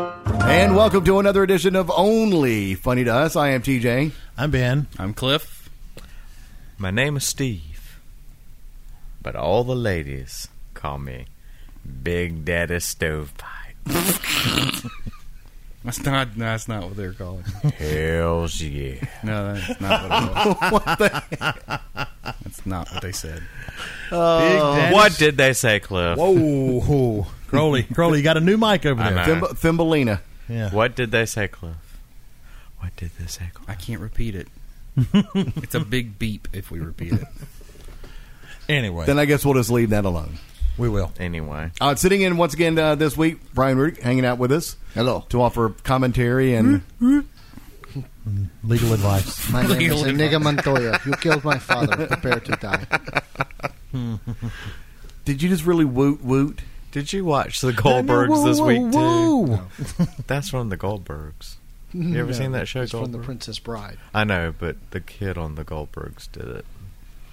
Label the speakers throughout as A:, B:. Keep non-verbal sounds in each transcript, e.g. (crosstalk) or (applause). A: And welcome to another edition of Only Funny to Us. I am TJ.
B: I'm Ben.
C: I'm Cliff.
D: My name is Steve, but all the ladies call me Big Daddy Stovepipe.
C: That's not. That's not what they're calling.
D: Hells yeah.
C: No, that's not (laughs) what. It was. That's not what they said.
B: Uh,
D: What did they say, Cliff?
B: Whoa, (laughs) Crowley, Crowley, you got a new mic over
D: I
B: there.
D: know.
A: Thimb- Thumbelina.
B: Yeah.
D: What did they say, Cliff? What did they say, Cliff?
C: I can't repeat it. it's a big beep if we repeat it.
B: Anyway,
A: Then I guess we'll just leave that alone.
B: we will.
D: Anyway,
A: Uh, sitting in once again uh, this week, Brian Rudick hanging out with us. Hello. To offer commentary
D: Hmm?
A: and
B: Legal advice.
E: My name is
C: Legal
E: Enigma Montoya. You killed my father. Prepare to
D: (laughs)
E: die.
A: did you just really woot woot?
D: did you watch the Goldbergs this week too?
B: Woo.
D: That's from the Goldbergs. You ever seen that show?
E: It's from The
D: Goldberg?
E: Princess Bride.
D: I know, but the kid on the Goldbergs did it.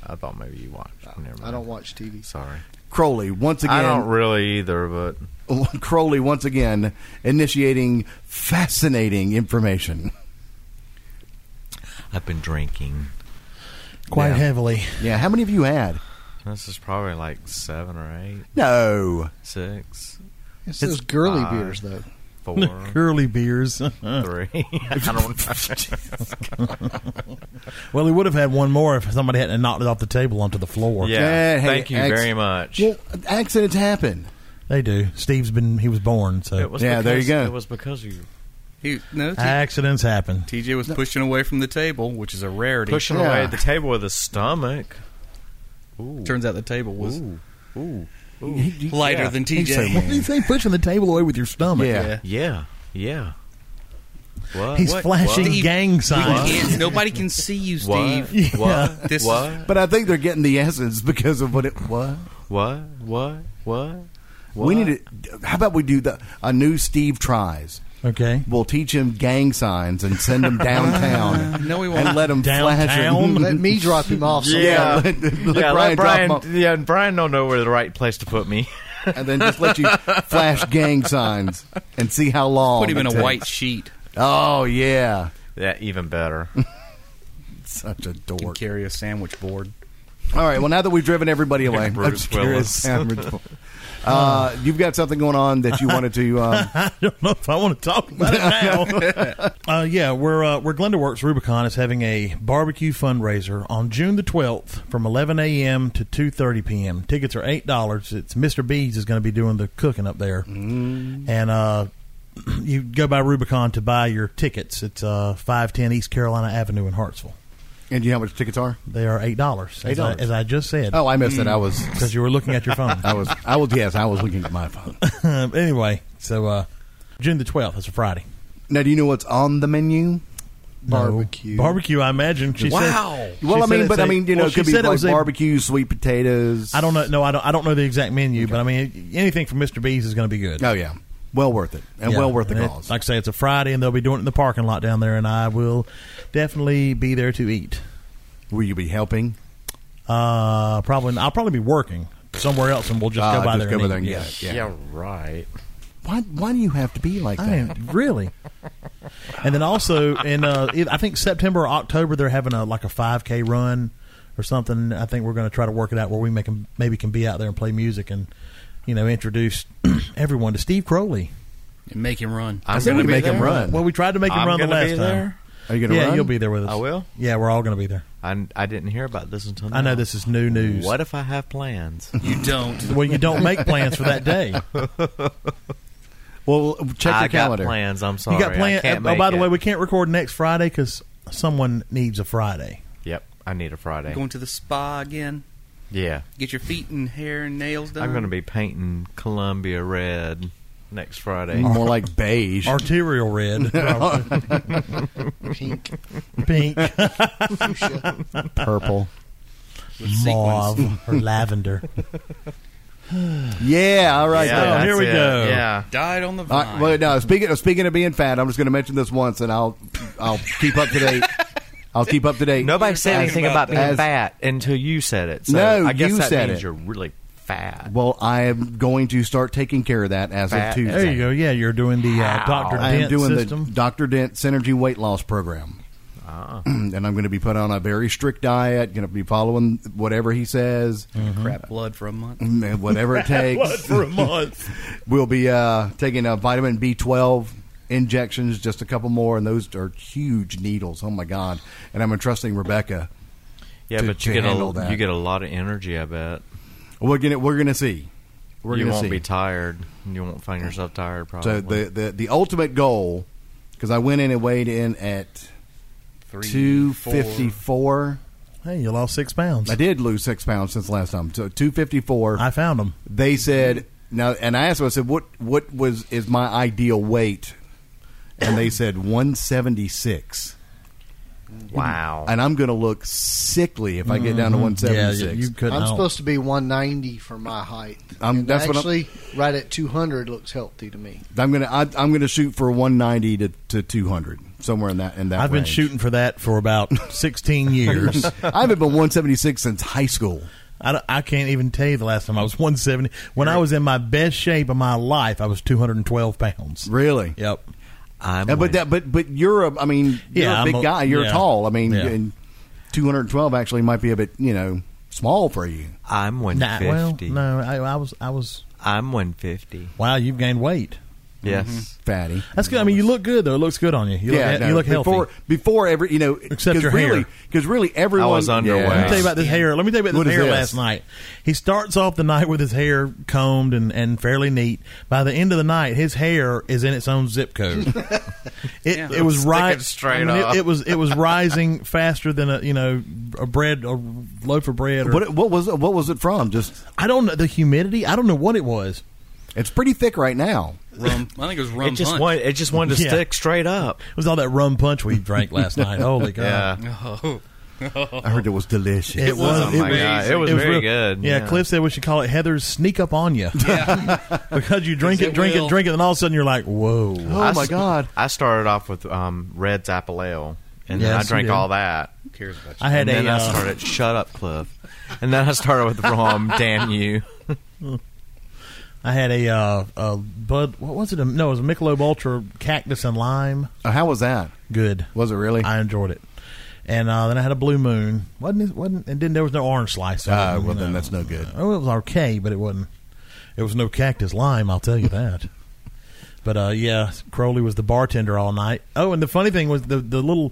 D: I thought maybe you watched. Never
E: I
D: mind.
E: don't watch TV.
D: Sorry,
A: Crowley once again.
D: I don't really either.
A: (laughs)
D: But
A: Crowley once again initiating fascinating information.
D: I've been drinking.
B: Quite
A: Yeah.
B: heavily.
A: Yeah, how many of you had?
D: This is probably like seven or eight,
A: No.
D: (laughs) six,
E: It's,
D: It's
E: those girly
D: fine.
E: beers, though.
D: four,
B: (laughs) Curly beers.
D: three. (laughs) I (laughs) don't know.
B: well, he would have had one more if somebody hadn't knocked it off the table onto the floor.
D: Yeah,
A: Yeah, hey,
D: thank you
A: ex-
D: very much.
A: Well, accidents happen.
B: They do. Steve's been, he was born, so
D: It was
A: Yeah, there you
D: because-
A: go.
D: It was because you
C: He, no, T-
D: Uh,
B: accidents happen.
C: TJ was pushing away from the table, which is a rarity.
D: pushing
A: Yeah.
D: away the table with his stomach. Ooh,
C: Turns out the table was
D: ooh, ooh,
C: lighter
D: Yeah.
C: than
A: so.
C: TJ.
B: What do you say? Pushing the table away with your stomach.
A: Yeah.
D: yeah,
C: Yeah.
D: yeah. What?
B: He's
D: What?
B: flashing
C: Steve,
B: gang
C: We
B: signs.
C: can't- nobody can see you,
D: What?
C: Steve.
D: What?
B: Yeah.
D: What?
C: This-
D: what?
A: But I think they're getting the essence (laughs) because of what it was.
D: What? What? What? What?
A: We need to. How about we do the a new Steve tries?
B: Okay.
A: We'll teach him gang signs and send him downtown
C: (laughs) No, we won't.
A: and let him flash. (laughs)
B: Downtown?
A: him.
E: Let me drop him off.
D: Yeah,
E: somewhere.
A: Yeah, (laughs) let, let
D: yeah,
A: Brian
D: let Brian.
A: drop him
D: yeah, and Brian don't know where the right place to put me. (laughs)
A: off, and then just let
C: (laughs)
A: you flash gang signs and see how long.
C: Put him in
A: it
C: a
A: takes.
C: white sheet.
A: Oh yeah,
D: yeah, even better.
A: such a
C: and
A: dork.
C: Carry a sandwich board.
A: All right. Well, now that we've driven everybody
C: (laughs)
A: away, I'm
D: Bruce
A: just (laughs) curious. uh, you've got something going on that you wanted to. Um,
B: (laughs) I don't know if I want to talk about it now. uh, (laughs) yeah, we're uh, we're GlendaWorks Rubicon is having a barbecue fundraiser on June the twelfth from eleven a.m. to two thirty p.m. Tickets are eight dollars. It's Mister Bees is going to be doing the cooking up there, and uh, (clears throat) you go by Rubicon to buy your tickets. It's uh, five ten East Carolina Avenue in Hartsville.
A: and you know how much tickets
C: (laughs)
A: are?
B: They are eight dollars, as, I-
A: $8.
B: as I just said,
A: Oh, I missed it. I
C: (laughs)
A: was.
B: because you were looking at your (laughs) phone.
A: I was. I was. Yes, I was looking at my phone.
B: Um, anyway, so uh, June the twelfth. That's a Friday.
A: Now, do you know what's on the menu?
E: Barbecue.
B: Barbecue, I imagine. She said-
C: Wow.
B: she
A: Well, I
B: said
A: mean,
B: it's
A: but I
B: a-
A: mean, you know,
B: well,
A: it
B: she
A: could be
B: said it
A: like
B: was a-
A: barbecue, sweet potatoes.
B: I don't know. No, I don't. I don't know the exact menu, but I mean, anything from Mister B's is going to be good.
A: Oh yeah, well worth it, and
B: Yeah.
A: well worth the
B: And it-
A: cause.
B: like I say, it's a Friday, and they'll be doing it in the parking lot down there, and I will definitely be there to eat.
A: Will you be helping?
B: Uh, probably. I'll probably be working somewhere else, and we'll just
A: Ah,
B: go by
A: just
B: there.
A: go over
B: and eat.
A: there and
B: Yeah.
A: get it. Yeah.
D: right.
A: Why? Why do you have to be like
B: I
A: that?
B: am really. And then also in uh, it- I think September or October they're having a like a 5K run or something. I think we're going to try to work it out where we make 'em- maybe can be out there and play music and you know introduce (clears throat) everyone to Steve Crowley.
C: And make him run.
A: I
D: I'm
A: said
D: gonna
A: we
D: be
A: make him
D: there.
A: run.
B: Well, we tried to make him
D: I'm
B: run the
D: gonna
B: last
D: be
B: time.
D: there?
A: Are you going to
B: yeah,
A: run?
B: you'll be there with us.
D: I will?
B: Yeah, we're all going to be there.
D: I, I didn't hear about this until now.
B: I know this is new news.
D: What if I have plans?
C: You don't.
B: (laughs) Well, you don't make plans for that day.
D: (laughs)
A: Well, check
D: I
A: your calendar.
D: got plans. I'm sorry.
B: you got
D: I
B: plans.
D: can't
B: Oh,
D: make
B: by the
D: it.
B: way, we can't record next Friday because someone needs a Friday.
D: Yep, I need a Friday.
C: Going to the spa again.
D: yeah,
C: Get your feet and hair and nails done.
D: I'm going to be painting Columbia red next Friday.
A: More like beige.
B: Arterial red,
D: (laughs)
B: probably.
E: Pink.
B: pink,
E: Fuchsia.
A: (laughs) purple. (laughs)
B: mauve, or lavender.
A: Yeah, all right.
D: Yeah,
A: then.
B: here
D: that's
B: we
D: it.
B: go.
D: Yeah.
C: Died on the
A: All
C: vine.
A: right, well, no. Speaking of, speaking of being fat, I'm just going to mention this once, and I'll I'll keep up to date. I'll keep up to date.
D: Nobody said
C: talking
D: anything about
C: about
D: being
A: that.
D: fat until you said it. So
A: No,
D: I guess
A: you
D: that
A: said
D: means
A: it.
D: you're really fat.
A: Well, I am going to start taking care of that as of
D: Fat.
A: Tuesday.
B: There you go. Yeah, you're doing the uh,
D: How?
B: Doctor
A: I am
B: Dent
A: doing the
B: system.
A: Dr. (laughs) Dent Synergy Weight Loss Program. (clears throat)
D: Uh-uh.
A: and I'm going to be put on a very strict diet, going to be following whatever he says,
C: Crap blood for a month.
B: Mm.
A: and whatever it
B: Blood
A: takes.
B: for a month.
A: We'll be uh, taking uh vitamin B12 injections, just a couple more, and those are huge needles. Oh, my God. And I'm entrusting Rebecca.
D: yeah,
A: to-
D: but you
A: to
D: get
A: handle
D: a
A: that.
D: you get a lot of energy. I bet
A: We're going to we're gonna see. We're
D: you
A: gonna
D: won't
A: see.
D: be tired. You won't find yourself tired. Probably.
A: So the, the, the ultimate goal, because I went in and weighed in at
C: Three, four.
A: 254.
B: Hey, you lost six pounds.
A: I did lose six pounds since last time. So 254.
B: I found them.
A: they said now and i asked them i said what what was is my ideal weight and they said 176
D: wow.
A: and i'm going to look sickly if i get down to 176
B: Mm-hmm. Yeah, you couldn't.
E: I'm
B: help.
E: supposed to be 190 for my height.
A: I'm-
E: And
A: Mm, that's what I'm-
E: actually right at 200 looks healthy to me.
A: i'm going to i'm going to shoot for 190 to, to 200 somewhere in that in that
B: I've been
A: range.
B: shooting for that
A: (laughs)
B: for about 16 years.
A: i haven't been 176 since high school
B: I, don't- I can't even tell you the last time I was 170. When I was in my best shape of my life, I was 212 pounds.
A: really
B: Yep.
D: I'm
A: Yeah, but
D: with-
A: that but but you're a i mean you're
B: Yeah,
A: a
B: I'm
A: big
B: a-
A: guy you're
B: yeah.
A: tall i mean
B: Yeah.
A: and 212 actually might be a bit you know small for you
D: I'm
B: Nah, well,
D: 150.
B: no, I, I was, I was.
D: I'm 150.
B: Wow, you've gained weight.
D: Yes.
A: fatty
B: That's good. I mean, you look good though. It looks good on you. You look,
A: no,
B: you look healthy.
A: before, Before every, you know,
B: Except
A: 'cause
B: your hair.
A: really, because really everyone
D: was underweight.
B: Let me tell you about this hair. Let me tell you about
A: What
B: this
A: is
B: hair
A: this?
B: last night. He starts off the night with his hair combed and, and fairly neat. By the end of the night, his hair is in its own zip code.
A: (laughs)
B: it
C: Yeah.
B: it was
D: Stick
B: right
D: it straight
B: I mean, it-
D: up.
B: It, was it was
D: (laughs)
B: rising faster than a you know a bread a loaf of bread. Or,
A: What, what was it, what was it from? Just
B: I don't know the humidity. I don't know what it was.
A: it's pretty thick right now.
C: Rum. I think it was rum.
D: It just
C: punch.
D: want, it just wanted (laughs) to
B: Yeah.
D: stick straight up.
B: It was all that rum punch we drank last night.
A: (laughs)
B: Holy God!
D: Yeah.
C: Oh.
A: I heard it was delicious.
B: Uh-huh. It was.
D: Oh my
B: it was,
D: God. It was very
B: real-
D: good.
B: Yeah,
D: Yeah.
B: Cliff said we should call it Heather's sneak up on you. (laughs) because you drink it,
C: Yes, it
B: drink it,
C: will.
B: drink it, and all of a sudden you're like, whoa.
A: oh
D: I
A: my
D: s-
A: god!
D: I started off with um, Red's apple ale, and then
B: Yes,
D: I
B: you
D: drank
B: did.
D: all that.
C: Who cares about you?
B: I had
D: and then
B: a.
D: I
B: uh,
D: started. Shut up, Cliff. And then I started with (laughs) rum. damn you.
B: I had a, uh, a bud. What was it? A, no, it was a Michelob Ultra cactus and lime.
A: Uh, How was that?
B: Good.
A: Was it really?
B: I enjoyed it. And uh, then I had a blue moon. wasn't it, wasn't And then there was no orange slice. so I
A: uh,
B: didn't,
A: well,
B: you
A: then
B: know.
A: that's no good.
B: Oh, it was okay, but it wasn't. It was no cactus lime, I'll tell you that. but uh, yeah, Crowley was the bartender all night. Oh, and the funny thing was the the little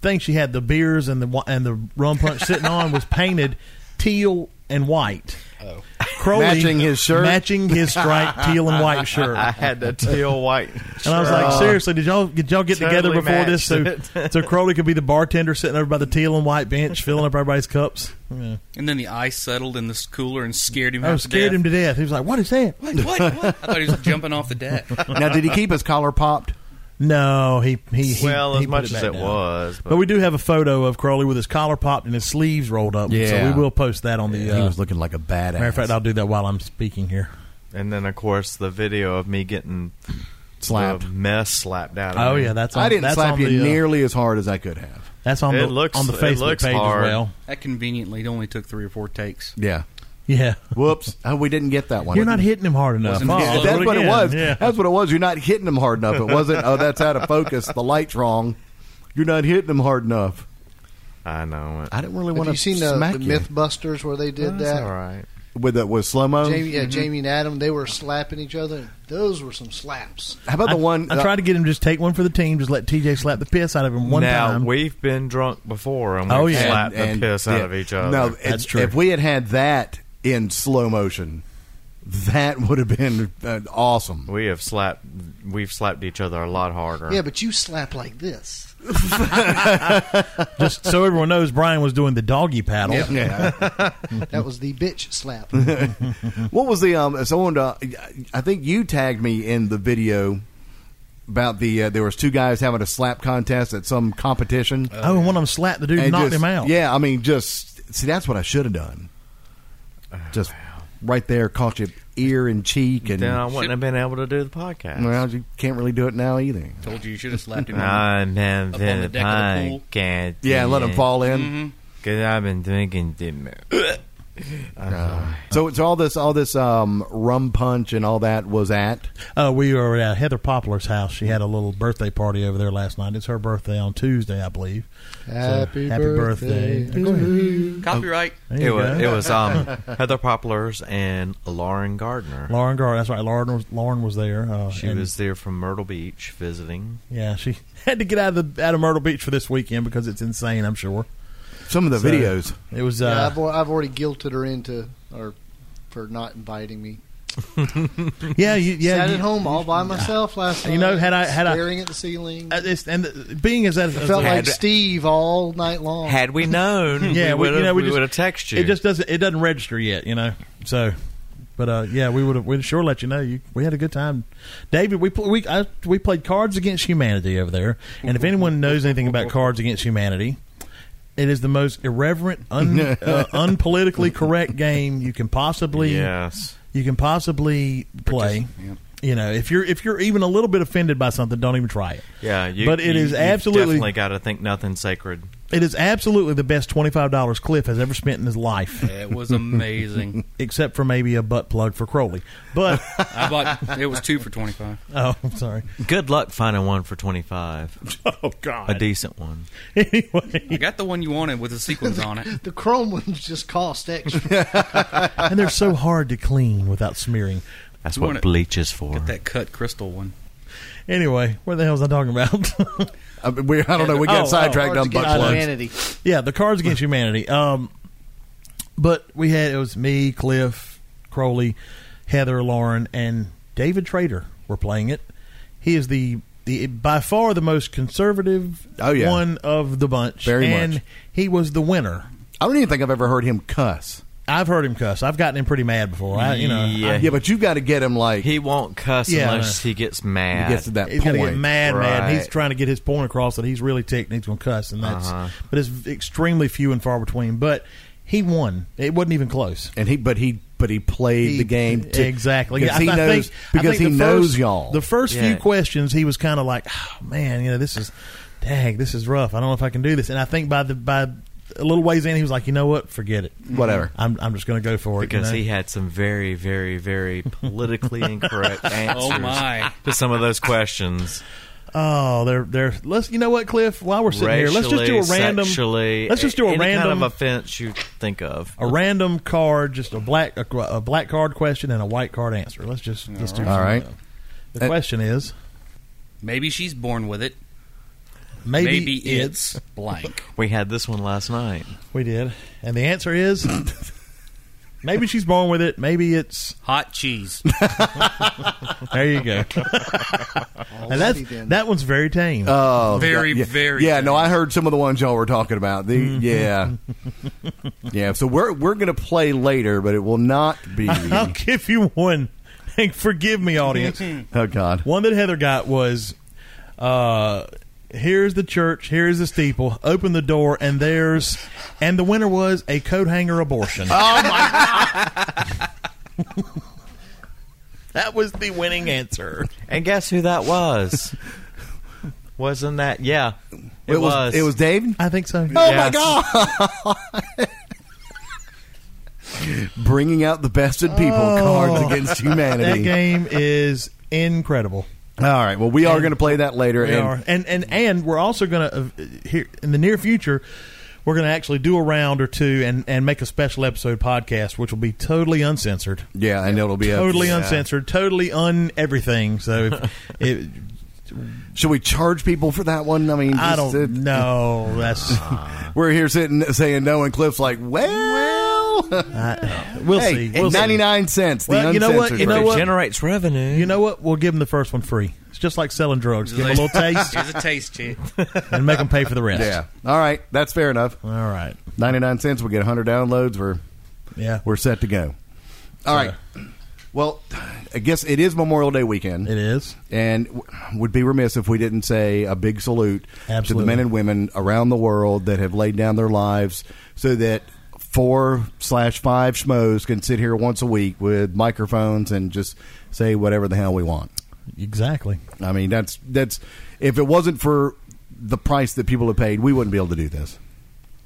B: thing she had the beers and the wa- and the rum punch sitting on was painted teal and white.
C: Oh.
B: Crowley
A: Matching his shirt?
B: matching his striped teal and white shirt.
D: I had the teal white.
B: And I was like, seriously, did y'all did y'all get
D: Totally
B: together before this so
D: matched
B: so Crowley could be the bartender sitting over by the teal and white bench filling up everybody's cups? Yeah.
C: And then the ice settled in this cooler and scared him.
B: I
C: half
B: was scared
C: to
B: him
C: death.
B: to death. He was like, "What is that?"
C: Wait, what? What? I thought
B: (laughs)
C: he was jumping off the deck.
A: now, did he keep his collar popped?
B: No, he he he-
D: well,
B: he
D: as
B: put
D: much as
B: back
D: it
B: down.
D: was,
B: But we do have a photo of Crowley with his collar popped and his sleeves rolled up.
A: Yeah.
B: So we will post that on the.
A: He
B: Uh,
A: was looking like a badass.
B: matter of fact, I'll do that while I'm speaking here.
D: and then of course the video of me getting
A: Slapped.
D: the mess slapped out. of
B: Oh
D: me.
B: yeah, that's on,
A: I didn't
B: that's
A: slap
B: on
A: you
B: the, uh,
A: nearly as hard as I could have.
B: That's on the
D: It looks-
B: on the
D: it
B: Facebook
D: looks
B: page
D: hard.
B: as well.
C: That conveniently only took three or four takes.
A: Yeah.
B: Yeah,
A: Whoops. Oh, we didn't get that one.
B: you're not hitting him hard enough.
C: Wasn't
B: Oh,
C: hit-
A: Yeah,
C: Oh,
A: that's what it
B: again.
A: was.
B: Yeah.
A: That's what it was. You're not hitting them hard enough. It wasn't. Oh, that's out of focus. The light's wrong. You're not hitting them hard enough.
D: I know it.
A: I didn't really
E: Have
A: want
E: you
A: to
E: seen the,
A: smack
E: the
A: you.
E: MythBusters where they did
D: Oh, That's
E: that?
D: all right.
A: with the, with slow mo.
E: Jamie, yeah, Jamie and Adam, they were slapping each other. Those were some slaps.
A: How about
B: I,
A: the one?
B: I tried to get him to just take one for the team. Just let TJ slap the piss out of him one
D: now
B: time.
D: we've been drunk before and we
B: Oh,
D: have
B: yeah.
D: slapped the piss out
A: yeah.
D: of each other.
A: No,
D: No,
A: it's-
B: true.
A: If we had had that in slow motion, that would have been uh, awesome.
D: we have slapped. We've slapped each other a lot harder.
E: Yeah, but you slap like this.
B: (laughs) just so everyone knows, Brian was doing the doggy paddle.
A: Yeah.
E: That was the bitch slap.
A: what was the um? Someone, uh, I think you tagged me in the video about the uh, there was two guys having a slap contest at some competition.
B: Oh, and one of them slapped the dude, and knocked
A: just-
B: him out.
A: Yeah, I mean, just see, that's what I should have done. Just right there, caught you ear and cheek, and
D: then I wouldn't have been able to do the podcast.
A: well, you can't really do it now either.
C: Told you you should have slapped him.
D: I've been
C: Up on the deck of the pool.
D: podcast.
A: Mm-hmm. Yeah, let them fall in.
D: Because I've been drinking too much.
A: So it's all this, all this um, rum punch and all that was at.
B: Uh, we were at Heather Poplar's house. She had a little birthday party over there last night. It's her birthday on Tuesday, I believe. So,
E: Happy birthday
B: Uh, go ahead.
C: Copyright.
B: There
D: It
B: you
D: was,
B: go.
D: it was
B: (laughs)
D: um, Heather Poplars and Lauren Gardner.
B: Lauren Gar. That's right. Lauren was, Lauren was there. Uh,
D: She
B: and-
D: was there from Myrtle Beach visiting.
B: Yeah, she (laughs) had to get out of the out of Myrtle Beach for this weekend because it's insane. I'm sure.
A: Some of the
B: So-
A: videos.
B: It was.
E: Yeah,
B: Uh,
E: I've, al- I've already guilted her into or for not inviting me.
B: yeah, you, yeah.
E: Sat
B: you-
E: at home all by myself last night.
B: You know, had I- had I-
E: staring at the ceiling,
B: uh, it's, and the, being as that
E: I felt
D: Had-
E: like Steve all night long.
D: Had we
B: (laughs)
D: known,
B: Yeah, we-
D: we would
B: you know,
D: have
B: we just-
D: texted you.
B: it just doesn't it doesn't register yet, you know. So, but uh, yeah, we would have we'd sure let you know. You, we had a good time, David. We pl- we I, we played Cards Against Humanity over there, and if anyone knows anything about Cards Against Humanity. It is the most irreverent,
D: (laughs)
B: un, uh, unpolitically correct game you can possibly
D: yes.
B: you can possibly play. You know, if you're if you're even a little bit offended by something, don't even try it.
D: Yeah, you,
B: but it
D: you-
B: is
D: you've
B: absolutely
D: definitely got to think nothing sacred.
B: it is absolutely the best twenty five dollars Cliff has ever spent in his life,
C: It was amazing.
B: except for maybe a butt plug for Crowley. (laughs) But
C: I bought. It was two for twenty five.
B: oh, I'm sorry.
D: Good luck finding one for twenty five,
B: Oh
D: a
B: God.
D: decent one.
B: anyway,
C: I got the one you wanted with the sequins on it.
E: the chrome ones just cost extra.
B: and they're so hard to clean without smearing.
D: That's
C: You wanna
D: what bleach is for.
C: Get that cut crystal one.
B: Anyway, where the hell was I talking about? (laughs)
A: I, mean, Uh, we, I don't know. We
B: Oh,
A: got
B: oh,
A: sidetracked
E: Cards
A: on butt
E: Against
B: plugs.
A: plugs.
E: Humanity.
B: yeah, the Cards Against Humanity. Um, but we had it was me, Cliff, Crowley, Heather, Lauren, and David Trader were playing it. He is the the by far the most conservative
A: Oh, yeah.
B: one of the bunch.
A: Very
B: and
A: much.
B: he was the winner.
A: I don't even think I've ever heard him cuss.
B: I've heard him cuss. I've gotten him pretty mad before. I, you know,
D: Yeah.
A: Yeah, but you've got to get him like he
D: He won't cuss
B: Yeah,
D: unless he gets mad.
A: gets to that
B: he's
A: point.
B: gonna get mad, man. He's
D: Right.
B: trying to get his point across that he's really ticked and he's gonna cuss, and that's
D: Uh-huh.
B: but it's extremely few and far between. But he won. It wasn't even close.
A: and he but he but he played the game to,
B: exactly.
A: because
B: Yeah, I-
A: he
B: I
A: knows
B: think- I
A: because
B: think
A: he
B: the
A: knows
B: first-
A: y'all.
B: The first
D: Yeah.
B: few questions, he was kind of like, oh, "Man, you know, this is, dang, this is rough. I don't know if I can do this." And I think by the by a little ways in, he was like, "You know what? Forget it.
A: Mm-hmm. Whatever.
B: I'm I'm just gonna go for it." you
D: because
B: know?
D: he had some very, very,
B: (laughs)
D: very politically incorrect answers
C: Oh my!
D: to some of those questions.
B: Oh, they're they're. Let's you know what, Cliff. While we're sitting here, let's just do a
D: Racially,
B: random.
D: sexually,
B: let's just do a
D: any
B: random
D: kind of offense you think of.
B: a random card, just a black a, a black card question and a white card answer. Let's just let's do
A: All
B: some
A: right. Uh,
B: of them. The question is
C: Maybe she's born with it.
B: maybe,
C: Maybe, it's, blank.
D: We had this one last night.
B: we did, and the
A: (laughs)
B: answer is maybe she's born with it. Maybe it's
C: Hot cheese.
B: there you
A: (laughs)
B: go, and that's
E: Alrighty then.
B: that one's very tame.
A: Oh,
C: Very,
A: yeah, yeah.
C: very
A: Yeah, no,
C: tame.
A: I heard some of the ones y'all were talking about. The
B: Mm-hmm.
A: yeah,
B: (laughs)
A: yeah. So we're we're gonna play later, but it will not
B: (laughs)
A: be.
B: I'll
A: oh
B: give you one. (laughs) And forgive me, audience.
A: God.
B: One that Heather got was, uh, here's the church, here's the steeple, open the door, and there's, and the winner was a coat hanger abortion.
A: Oh my.
B: (laughs) That was the winning answer.
D: And guess who
B: (laughs)
D: that was? Wasn't that? Yeah, it,
A: It was,
D: was.
A: it was Dave.
B: I think so.
A: Oh
D: Yes.
A: my God. (laughs) Bringing out the best in people. Cards Against
B: Oh. That
A: Humanity.
B: game is incredible.
A: All right. Well, we are going to play that later.
B: We
A: and
B: are. And and and we're also going to uh, here in the near future we're going to actually do a round or two and, and make a special episode podcast which will be totally uncensored.
A: Yeah, and it'll be a-
B: Totally
A: yeah.
B: uncensored, totally un everything. So (laughs) if, it,
A: Should we charge people for that one? I mean,
B: I
A: just,
B: don't
A: uh,
B: know. That's
A: We're here sitting saying no, and Cliff's like, well,
B: I, we'll
A: hey,
B: see. We'll see.
A: ninety nine cents. The
B: Well, you know what?
A: uncensored
B: You know
A: version.
B: what?
D: generates revenue.
B: You know what? We'll give them the first one free. It's just like selling drugs. Give them (laughs) a little taste
C: Here's a taste cheese.
B: and make them pay for the rest.
A: Yeah. All right, that's fair enough.
B: All right.
A: Ninety nine cents. We get hundred downloads. We're
B: Yeah.
A: we're set to go. All right. Well, I guess it is Memorial Day weekend.
B: It is.
A: and w- would be remiss if we didn't say a big salute to the
B: Absolutely.
A: men and women around the world that have laid down their lives so that four slash five schmoes can sit here once a week with microphones and just say whatever the hell we want.
B: Exactly.
A: I mean, that's that's if it wasn't for the price that people have paid, we wouldn't be able to do this.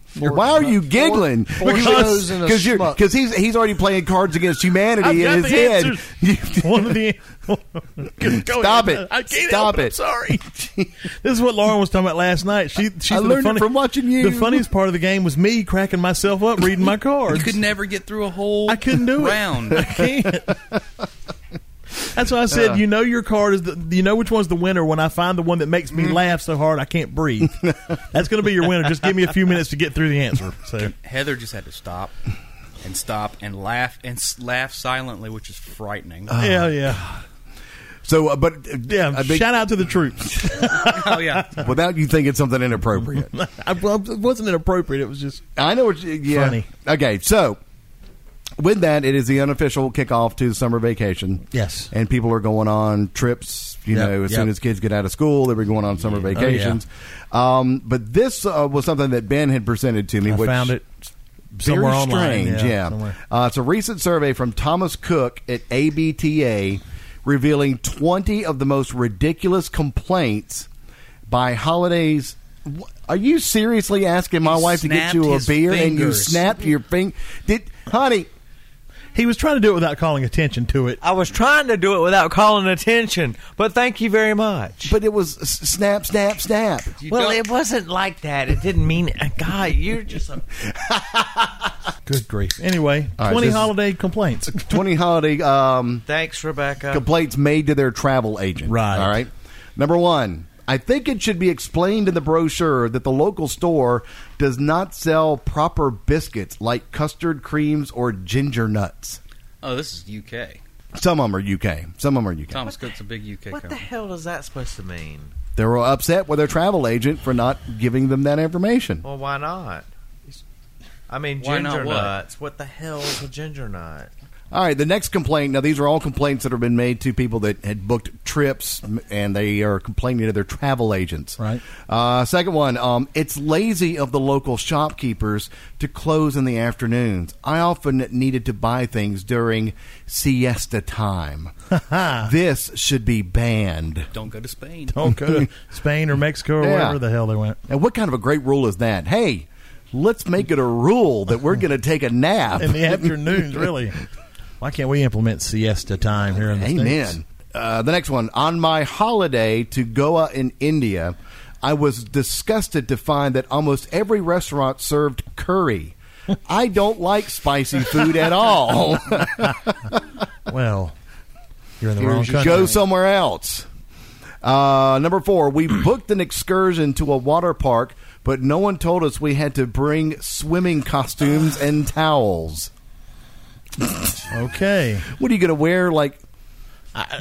E: Four-
A: Why are you
E: four-
A: giggling?
E: four
A: because
E: shows and a
A: because you're-
E: schmuck.
A: 'cause he's he's already playing Cards Against Humanity in his
B: I've got the
A: head.
B: answers. (laughs) One of the Go
A: Stop
B: ahead.
A: it.
B: (laughs) I can't
A: Stop
B: help it.
A: it. (laughs)
B: I'm sorry. this is what Lauren was talking about last night. She she
A: I
B: said the
A: learned it
B: funny-
A: from watching you.
B: The funniest part of the game was me cracking myself up reading (laughs) my cards.
C: You could never get through a whole
B: I couldn't do
C: round.
B: it. (laughs) I can't. (laughs) That's why I said you know your card is the you know which one's the winner when I find the one that makes
A: Mm-hmm.
B: me laugh so hard I can't breathe. That's going to be your winner. Just give me a few minutes to get through the answer. So
C: Heather just had to stop and stop and laugh and s- laugh silently, which is frightening.
B: yeah, yeah,
A: So, uh, but uh,
B: yeah.
A: Ah. I think-
B: Shout out to the troops.
C: (laughs)
B: (laughs)
C: oh yeah,
A: without you thinking something inappropriate.
B: I, well, it wasn't inappropriate. It was just
A: I know what. You, yeah.
B: Funny.
A: Okay, so with that, it is the unofficial kickoff to the summer vacation.
B: Yes.
A: and people are going on trips. You
B: Yep,
A: know, as
B: yep. Oh,
A: soon as kids get out of school, they were going on summer vacations. um, but this uh, was something that Ben had presented to me.
B: I
A: which
B: found it
A: very
B: somewhere online.
A: strange. yeah,
B: somewhere.
A: Uh, it's a recent survey from Thomas Cook at ABTA revealing 20 of the most ridiculous complaints by holidays. Wh- Are you seriously asking my
C: He
A: wife to get
C: snapped
A: you a
C: his
A: beer and you
C: fingers.
A: snapped your finger? Did honey?
B: He was trying to do it without calling attention to it.
D: I was trying to do it without calling attention, but thank you very much.
A: But it was s- snap, snap,
C: (laughs)
A: snap.
C: You
D: well,
C: don't-
D: it wasn't like that. It didn't mean it. (laughs) God, you're just a
B: Good grief. Anyway,
A: All right,
B: twenty
A: this-
B: holiday complaints.
A: (laughs) 20 holiday um,
D: (laughs) Thanks, Rebecca.
A: complaints made to their travel agent.
B: Right.
A: All right. Number one, I think it should be explained in the brochure that the local store does not sell proper biscuits like custard creams or ginger nuts.
C: oh, this is UK.
A: Some of them are UK. Some of them are UK.
C: Thomas Cook's a big UK
D: what the
C: company.
D: hell is that supposed to mean?
A: They were upset with their travel agent for not giving them that information.
D: Well, why not? I mean,
C: Why
D: ginger
C: not what?
D: nuts. What the hell is a ginger nut?
A: All right, the next complaint. Now, these are all complaints that have been made to people that had booked trips m- and they are complaining to their travel agents.
B: Right.
A: Uh, second one, um, it's lazy of the local shopkeepers to close in the afternoons. I often needed to buy things during siesta
B: (laughs)
A: time. this should be banned.
C: Don't go to Spain.
B: Don't go to Spain or Mexico or
A: Yeah.
B: wherever the hell they went.
A: And what kind of a great rule is that? Hey, let's make it a rule that we're going to take a nap. (laughs)
B: In the afternoons, really. Why can't we implement siesta time here in the
A: Amen.
B: States?
A: Uh, the next one. On my holiday to Goa in India, I was disgusted to find that almost every restaurant served
B: (laughs)
A: curry. I don't like spicy food at all.
B: Well, you're in
A: (laughs)
B: the (laughs) wrong country.
A: Go somewhere else. Uh, number four.
B: (clears throat)
A: We booked an excursion to a water park, but no one told us we had to bring swimming costumes and towels.
B: Okay.
A: What are you going to wear? Like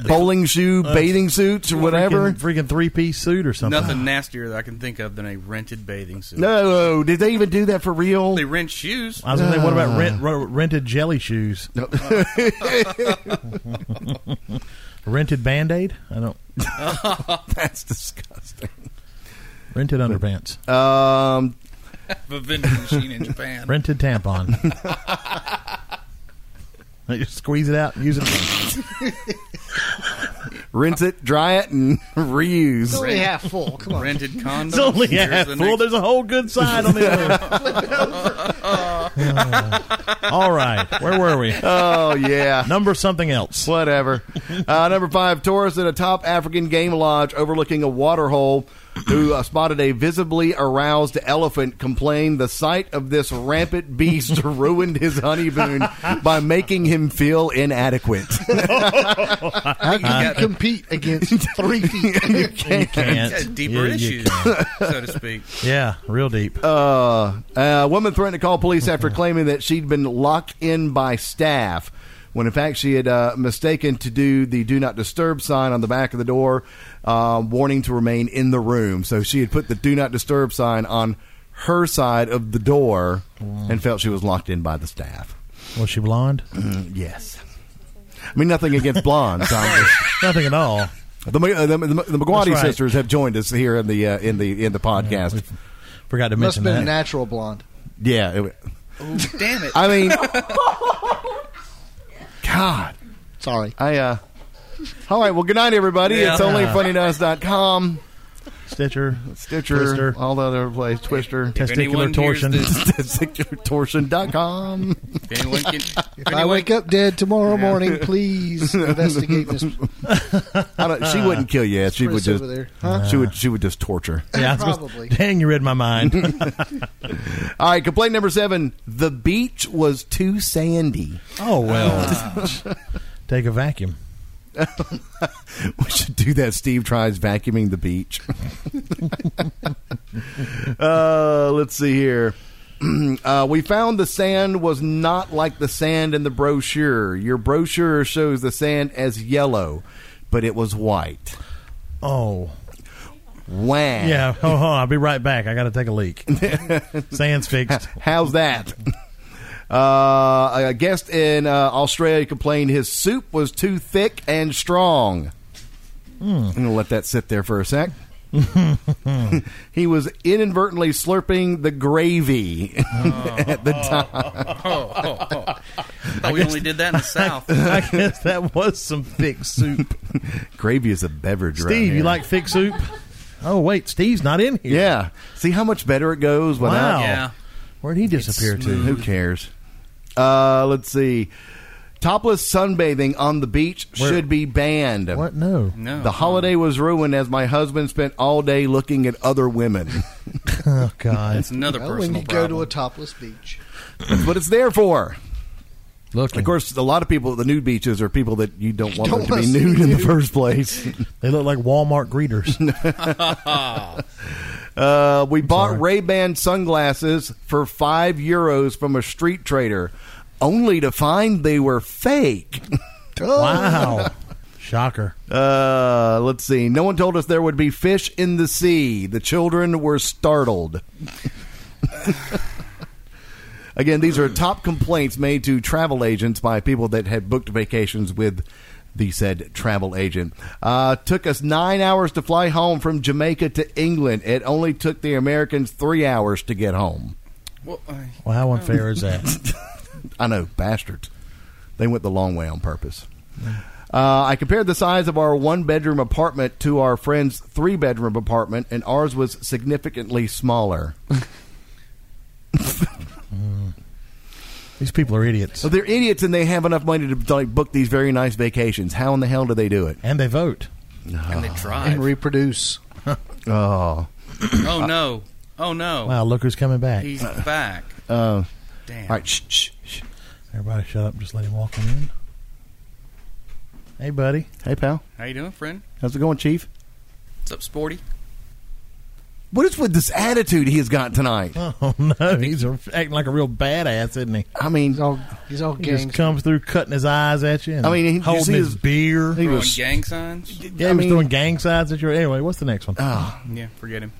A: bowling shoe,
B: uh,
A: bathing suits, or whatever?
B: Freaking, freaking three piece suit or something.
C: Nothing nastier that I can think of than a rented bathing suit.
A: No, did they even do that for real?
C: They rent shoes.
B: I was going to say, what about rent, ro- rented jelly shoes?
A: Ah. No.
B: (laughs) rented band aid? I don't.
A: (laughs) That's disgusting.
B: Rented underpants.
A: Um,
C: A vending machine in Japan.
B: rented
A: (laughs)
B: tampon. you squeeze it out and use it.
A: rinse it, dry it, and (laughs) reuse.
E: It's only half full. Come on.
C: (laughs) rented condoms.
B: It's only half
C: the
B: full.
C: next-
B: There's a whole good side on the other.
C: (laughs)
B: All right. Where were we?
A: Oh yeah.
B: Number something else.
A: Whatever. Uh, number five, tourists at a top African game lodge overlooking a waterhole who uh, spotted a visibly aroused elephant complained the sight of this rampant beast (laughs) ruined his honeymoon by making him feel inadequate. (laughs)
E: How can you compete against three feet?
B: You can't.
C: Yeah, deeper
B: Yeah, you
C: issues, so
B: (laughs)
C: to speak.
B: Yeah, real deep.
A: Uh, a woman threatened to call police after claiming that she'd been locked in by staff when in fact she had uh, mistaken to do the do not disturb sign on the back of the door uh, warning to remain in the room so she had put the do not disturb sign on her side of the door and felt she was locked in by the staff
B: Was she blonde?
A: yes i mean nothing against blondes I'm just-
B: (laughs) Nothing at all.
A: the, uh, the, the, the mcguarty
B: That's right.
A: sisters have joined us here in the uh, in the in the podcast
B: Forgot to
E: Must
B: mention
E: have been a
B: that.
E: natural blonde.
A: yeah it,
C: Oh, damn it!
A: i
E: (laughs)
A: mean god
E: Sorry.
A: I uh all right, well good night everybody.
C: Yeah.
A: It's only funnynuts.com.
B: Stitcher,
A: Stitcher,
B: Twister,
A: all the other place, Twister,
C: If anyone
B: testicular torsion.
C: hears this-
A: testiculartorsion.com.
C: If anyone
B: (laughs)
C: can, if
E: If I
C: anyone,
E: wake up dead tomorrow morning, please investigate this
A: I don't, she wouldn't kill you. She would
E: press
A: just
E: over there. Huh?
A: she would she would just torture.
B: (laughs) Yeah, I was gonna- (laughs)
E: Probably.
B: Dang, you read my
E: (laughs)
B: mind.
A: All right, complaint number seven: the beach was too sandy.
B: oh well.
E: Ah.
B: Take a vacuum.
A: (laughs) We should do that. Steve tries vacuuming the beach. (laughs) uh, let's see here. (clears throat) uh, we found the sand was not like the sand in the brochure. Your brochure shows the sand as yellow, but it was white.
B: Oh
A: Wham.
B: yeah. Hold on, I'll be right back. I got to take a
E: (laughs)
B: leak. Sand's fixed.
A: (laughs) How's that? Uh, a guest in uh, Australia complained his soup was too thick and strong.
B: Hmm.
A: I'm going to let that sit there for a sec. (laughs) he was inadvertently slurping the gravy (laughs) at the time.
C: oh, oh, oh. I thought we only did that in the South.
B: I guess that was some thick soup.
A: Gravy is a beverage, around
B: Steve, you
A: here.
B: like thick soup? Oh wait, Steve's not in here.
A: Yeah. See how much better it goes without.
B: Wow.
C: Yeah.
B: Where'd he disappear to?
A: Who cares? Uh, let's see. Topless sunbathing on the beach
B: Where-
A: should be banned.
B: What? No.
C: No.
E: Oh,
A: The holiday was ruined as my husband spent all day looking at other women.
B: (laughs) Oh God.
C: That's another
E: Well, when
C: personal
E: you go
C: problem.
E: to a topless beach.
A: That's what it's there for. (laughs)
B: Look,
A: Of course, a lot of people at the nude beaches are people that you don't want
E: Don't
A: them to
E: wanna
A: be
E: see
A: nude in the
E: nude.
A: first place.
B: (laughs) they look like Walmart
A: (laughs)
B: greeters.
C: Ah,
A: Uh, we bought Ray Ban sunglasses for five euros from a street trader, only to find they were fake. (laughs)
B: wow. Shocker.
A: Uh, let's see. No one told us there would be fish in the sea. The children were startled. Again, these are top complaints made to travel agents by people that had booked vacations with the said travel agent. Uh, took us nine hours to fly home from Jamaica to England. It only took the Americans three hours to get home.
C: Well, uh, I-
B: Well, how unfair
A: (laughs)
B: is that?
A: I know, bastards. They went the long way on purpose. Uh, I compared the size of our one bedroom apartment to our friend's three bedroom apartment, and ours was significantly
E: (laughs)
A: smaller.
B: These people are idiots.
A: So they're idiots and they have enough money to like, book these very nice vacations. How in the hell do they do it?
B: And they vote.
C: and they drive.
E: And reproduce.
A: (laughs) Oh,
C: oh no! Oh no!
B: Wow, look who's coming back.
C: He's back.
A: uh,
C: Damn.
A: all right, shh, shh, shh.
B: Everybody shut up. Just let him walk on in. Hey, buddy.
A: Hey, pal,
C: How you doing, friend?
A: how's it going, Chief?
C: What's up, Sporty?
A: What is with this attitude he has got tonight?
B: (laughs) Oh, no. He's a- acting like a real badass, isn't he?
A: I mean,
E: He's all he's all
B: He just
E: gang.
B: comes through cutting his eyes at you. And
A: I mean, he- you see
B: holding his,
A: his-
B: beer.
A: he
C: Throwing
A: was.
C: gang signs.
B: yeah,
A: I
B: he was
A: mean-
B: doing gang signs at you. Anyway, what's the next one? (laughs)
A: Ah.
C: Yeah, forget him.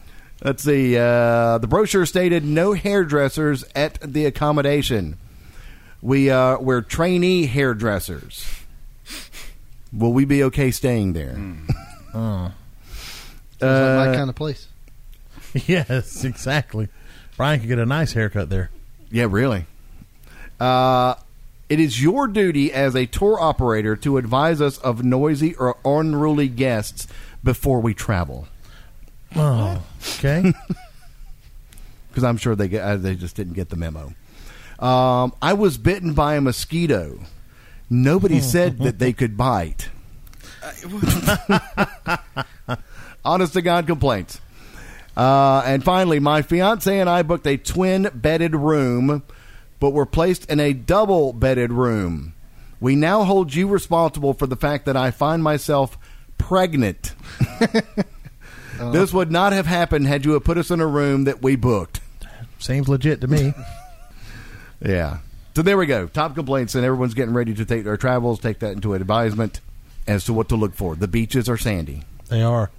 A: Let's see. Uh, the brochure stated no hairdressers at the accommodation. We uh, we're trainee hairdressers. Will we be okay staying there?
B: Oh.
E: Sounds like
A: Uh,
E: my kind of place.
B: Yes, exactly. Brian could get a nice haircut there.
A: Yeah, really. Uh, it is your duty as a tour operator to advise us of noisy or unruly guests before we travel.
B: Oh, (laughs) okay.
A: because I'm sure they get, uh, they just didn't get the memo. Um, I was bitten by a mosquito. Nobody said that they could bite. Honest to God complaints. Uh, and finally, my fiance and I booked a twin bedded room, but were placed in a double bedded room. We now hold you responsible for the fact that I find myself pregnant. (laughs) This would not have happened had you have put us in a room that we booked.
B: Seems legit to me.
A: Yeah. So there we go. Top complaints, and everyone's getting ready to take their travels, take that into advisement as to what to look for. The beaches are sandy,
B: They are.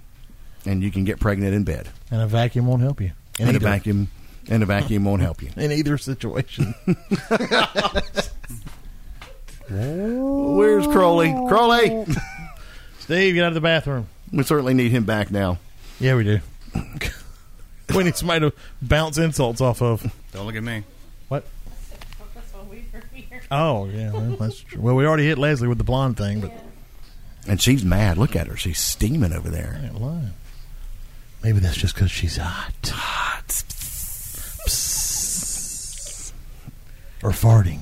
A: and you can get pregnant in bed.
B: And a vacuum won't help you. In
A: And a
B: either-
A: vacuum, and a vacuum won't help you.
B: In either (laughs) situation.
A: Where's Crowley? Crowley,
B: Steve, get out of the bathroom.
A: we certainly need him back now.
B: Yeah, we do. (laughs) we need somebody to bounce insults off of.
C: Don't look at me.
B: What?
F: (laughs) That's what we were here.
B: Oh, yeah. Well, that's true. Well, we already hit Leslie with the blonde thing, but
A: And she's mad. Look at her; she's steaming over there.
B: I ain't lying. Maybe that's just because she's hot. Psst. or farting.